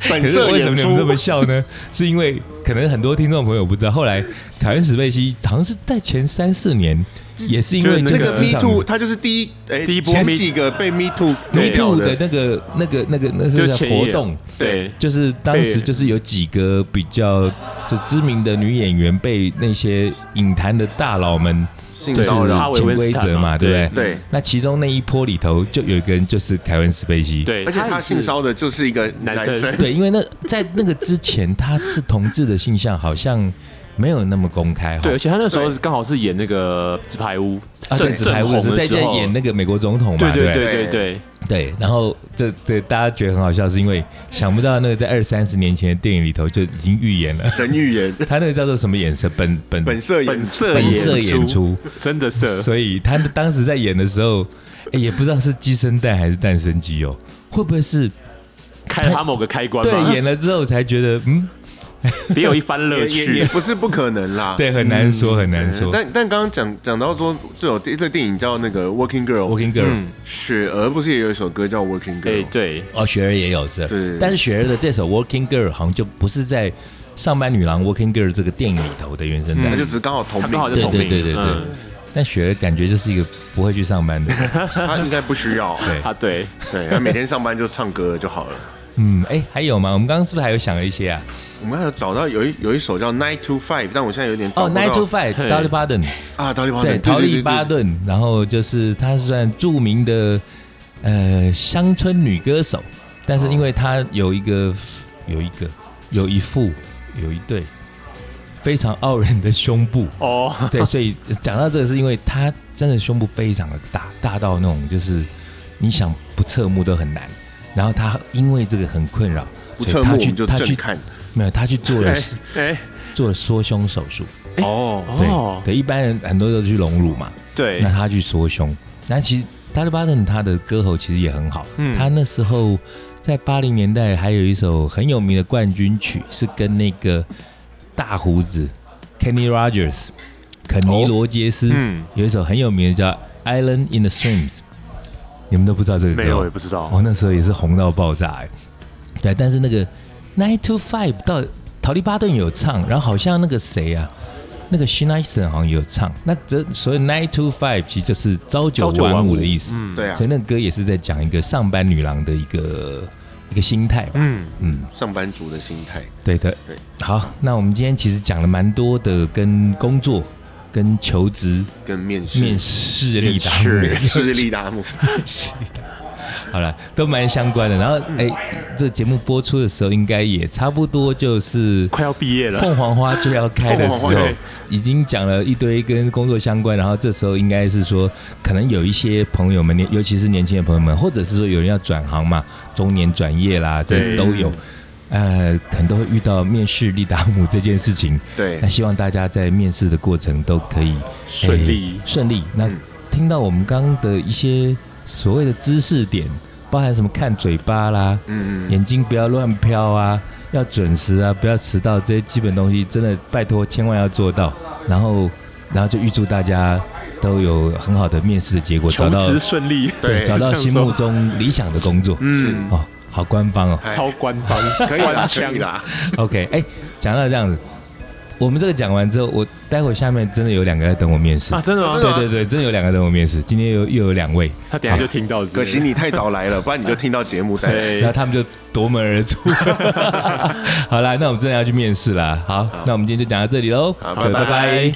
Speaker 1: 本
Speaker 3: 可是
Speaker 1: 色
Speaker 3: 为什
Speaker 1: 演
Speaker 3: 么你们这
Speaker 1: 出
Speaker 3: 么，笑呢？ [LAUGHS] 是因为可能很多听众朋友不知道，后来凯文史贝西好像是在前三四年，也是因为
Speaker 2: 就
Speaker 3: 这
Speaker 2: 是
Speaker 1: 那个
Speaker 2: 那个
Speaker 1: Me
Speaker 3: 职场
Speaker 1: Too，他就是第一，哎，
Speaker 2: 第一波
Speaker 1: 前
Speaker 2: Me-
Speaker 1: 几个被 Me Too
Speaker 3: Me
Speaker 1: 对掉
Speaker 3: Too
Speaker 1: 的，
Speaker 3: 的那个那个那个那
Speaker 2: 就
Speaker 3: 个那
Speaker 2: 前
Speaker 3: 个活
Speaker 2: 夜
Speaker 3: 动，
Speaker 1: 对，
Speaker 3: 就是当时
Speaker 2: 被
Speaker 3: 就是有几个比较就知名的女演员被那些影坛的大佬们
Speaker 1: 性
Speaker 3: 就是
Speaker 1: 骚
Speaker 2: 哈
Speaker 1: 扰，
Speaker 2: 维
Speaker 3: 潜
Speaker 2: 温斯
Speaker 3: 规
Speaker 2: 坦
Speaker 3: 则
Speaker 2: 嘛
Speaker 3: 嘛，对不对？
Speaker 1: 对。
Speaker 3: 那其中那一波里头，就有一个人就是凯文·史贝西。
Speaker 2: 对，
Speaker 1: 而且他
Speaker 2: 也是
Speaker 1: 性骚的就是一个男
Speaker 2: 男生
Speaker 1: 生，
Speaker 3: 对，因为那在那个之前，他是同志的性向好像没有那么公开哈。
Speaker 2: 对，而且他那时候
Speaker 1: 对
Speaker 2: 刚好是演那个《纸牌屋》
Speaker 3: 啊，对，
Speaker 2: 正
Speaker 3: 纸牌
Speaker 2: 正
Speaker 3: 屋的
Speaker 2: 红
Speaker 3: 时
Speaker 2: 的
Speaker 3: 候在
Speaker 2: 时
Speaker 3: 在
Speaker 2: 候，
Speaker 3: 演那个美国总统嘛，
Speaker 2: 对对
Speaker 3: 对不对
Speaker 2: 对对对，
Speaker 3: 对然后这对大家觉得很好笑，是因为想不到那个在二三十年前的电影里头就已经预言了， [LAUGHS]
Speaker 1: 神预言，
Speaker 3: 他那个叫做什么眼神本本
Speaker 1: 本色演
Speaker 2: 本
Speaker 1: 出，
Speaker 2: 色
Speaker 3: 本色
Speaker 2: 演
Speaker 3: 演出，
Speaker 2: 真的色，
Speaker 3: 所以他当时在演的时候，哎也不知道是鸡生蛋还是蛋生鸡哦，会不会是
Speaker 2: 开了他某个开关嘛
Speaker 3: 对，演了之后才觉得嗯，
Speaker 2: 别有一番乐
Speaker 1: 也也也
Speaker 2: 趣。
Speaker 1: 不是不可能啦。
Speaker 3: 对，很难说，很难
Speaker 1: 嗯，
Speaker 3: 说。
Speaker 1: 但但刚刚讲讲到说，这有这这电影叫那个《Working Girl》，
Speaker 3: Working Girl，、
Speaker 2: 嗯，
Speaker 1: 雪儿不是也有一首歌叫《Working
Speaker 2: 哎
Speaker 1: Girl》？
Speaker 2: 对，
Speaker 3: 哦，雪儿也有是，
Speaker 1: 对
Speaker 3: 但是雪儿的这首《Working Girl》好像就不是在《上班女郎》《Working Girl》这个电影里头的原声带，
Speaker 1: 他就只是刚好同
Speaker 2: 他
Speaker 1: 名，
Speaker 2: 刚嗯好就同
Speaker 3: 对
Speaker 2: 名，
Speaker 3: 对对对
Speaker 2: 嗯
Speaker 3: 但雪儿感觉就是一个不会去上班的人。
Speaker 1: 他应该不需要。
Speaker 3: 对
Speaker 2: 啊对，
Speaker 1: 对，他每天上班就唱歌就好了。
Speaker 3: 嗯，哎，还有吗？我们刚刚是不是还有想了一些啊？
Speaker 1: 我们还有找到有一有一首叫《Nine to Five》，但我现在有点找
Speaker 3: 哦
Speaker 1: 不到
Speaker 3: ，Nine to Five，
Speaker 2: 嘿
Speaker 3: Dolly Parton，
Speaker 1: 啊，桃李巴
Speaker 3: 对，
Speaker 1: 顿，
Speaker 3: 陶丽
Speaker 1: 对
Speaker 3: 巴，顿，然后就是她算著名的呃乡村女歌手，但是因为她有一个有一个有一副有一对非常傲人的胸部，
Speaker 2: 哦，
Speaker 3: 对，所以讲到这个是因为她真的胸部非常的大，大到那种就是你想不侧目都很难。然后她因为这个很困扰，
Speaker 1: 不
Speaker 3: 所
Speaker 1: 侧
Speaker 3: 以她
Speaker 1: 目我
Speaker 3: 去
Speaker 1: 们就
Speaker 3: 她
Speaker 1: 正
Speaker 3: 去
Speaker 1: 看
Speaker 3: 没有她去做
Speaker 1: [LAUGHS]
Speaker 3: 了
Speaker 2: 哎哎
Speaker 3: 做了缩胸手术。
Speaker 2: 哎
Speaker 1: 哦。
Speaker 3: 对、
Speaker 2: 哦，
Speaker 3: 对，一般人很多都去隆乳嘛，
Speaker 2: 对
Speaker 3: 那，她去缩胸。那其实 t a l i b a n 她的歌喉其实也很好，
Speaker 2: 嗯
Speaker 3: 她那时候在八零年代还有一首很有名的冠军曲，是跟那个大胡子 Kenny Rogers 肯尼罗杰斯、
Speaker 2: 嗯，
Speaker 3: 有一首很有名的叫《Island in the Streams》，你们都不知道这个歌哦？
Speaker 2: 没有也不知道
Speaker 3: 哦，，那时候也是红到爆炸、哎。对，但是那个 Nine to Five 到陶丽巴顿有唱，然后好像那个谁啊，那个 s h e n i s o n 好像也有唱。那这所以 Nine to Five 其实就是朝九
Speaker 2: 朝九
Speaker 3: 晚
Speaker 2: 晚
Speaker 3: 五
Speaker 2: 五
Speaker 3: 的意思。
Speaker 2: 嗯
Speaker 1: 对啊
Speaker 3: 所以，那个歌也是在讲一个上班女郎的一个一个心态吧。
Speaker 2: 嗯，
Speaker 3: 嗯，
Speaker 1: 上班族的心态，
Speaker 3: 对的。
Speaker 1: 对
Speaker 3: 好，那我们今天其实讲了蛮多的，跟工作、跟求职、
Speaker 1: 跟面试
Speaker 3: 面试力达
Speaker 2: 面试
Speaker 1: 面试力达姆，
Speaker 3: [LAUGHS] 好了，都蛮相关的。然后，哎、这节目播出的时候，应该也差不多就是
Speaker 2: 快要毕业了，
Speaker 3: 凤凰花就要开的时候
Speaker 2: 凤凰花对，
Speaker 3: 已经讲了一堆跟工作相关，然后这时候应该是说，可能有一些朋友们，年尤其是年轻的朋友们，或者是说有人要转行嘛，中年转业啦，这
Speaker 2: 对
Speaker 3: 都有，呃，可能都会遇到面试利达姆这件事情。
Speaker 1: 对
Speaker 3: 那，希望大家在面试的过程都可以
Speaker 2: 顺利
Speaker 3: 哎。顺利。那
Speaker 1: 嗯
Speaker 3: 听到我们刚刚的一些所谓的知识点，包含什么看嘴巴啦，
Speaker 1: 嗯嗯，
Speaker 3: 眼睛不要乱飘啊，要准时啊，不要迟到，这些基本东西真的拜托千万要做到。然后，然后就预祝大家都有很好的面试的结果，找
Speaker 2: 求
Speaker 3: 到
Speaker 2: 职顺利，
Speaker 1: 对
Speaker 3: 找到
Speaker 2: 这样
Speaker 3: 心
Speaker 2: 说
Speaker 3: 目中理想的工作。
Speaker 2: 嗯，
Speaker 3: 哦，好官方
Speaker 2: [LAUGHS]
Speaker 3: 哦。
Speaker 1: 哎
Speaker 2: 超官方，
Speaker 1: 可
Speaker 3: [LAUGHS]
Speaker 1: 以啦，
Speaker 2: 官
Speaker 1: 可
Speaker 2: 腔
Speaker 1: 以啦，
Speaker 3: OK，哎、讲到这样子，我们这个讲完之后，我待会下面真的有两个在等我面试。
Speaker 2: 啊，真的吗
Speaker 1: 真？的
Speaker 3: 对
Speaker 1: 吗
Speaker 3: 对对，真的有两个等我面试，今天又又有两位，
Speaker 2: 他等一下就听到之类的，
Speaker 1: 可惜你太早来了，不然你就听到节目再来。
Speaker 3: 然后
Speaker 2: 对，
Speaker 3: 他们就夺门
Speaker 1: [LAUGHS]
Speaker 3: 而出。好啦，那我们真的要去面试啦。好，那我们今天就讲到这里喽，
Speaker 1: 好
Speaker 3: 各位
Speaker 1: 拜
Speaker 3: 拜拜。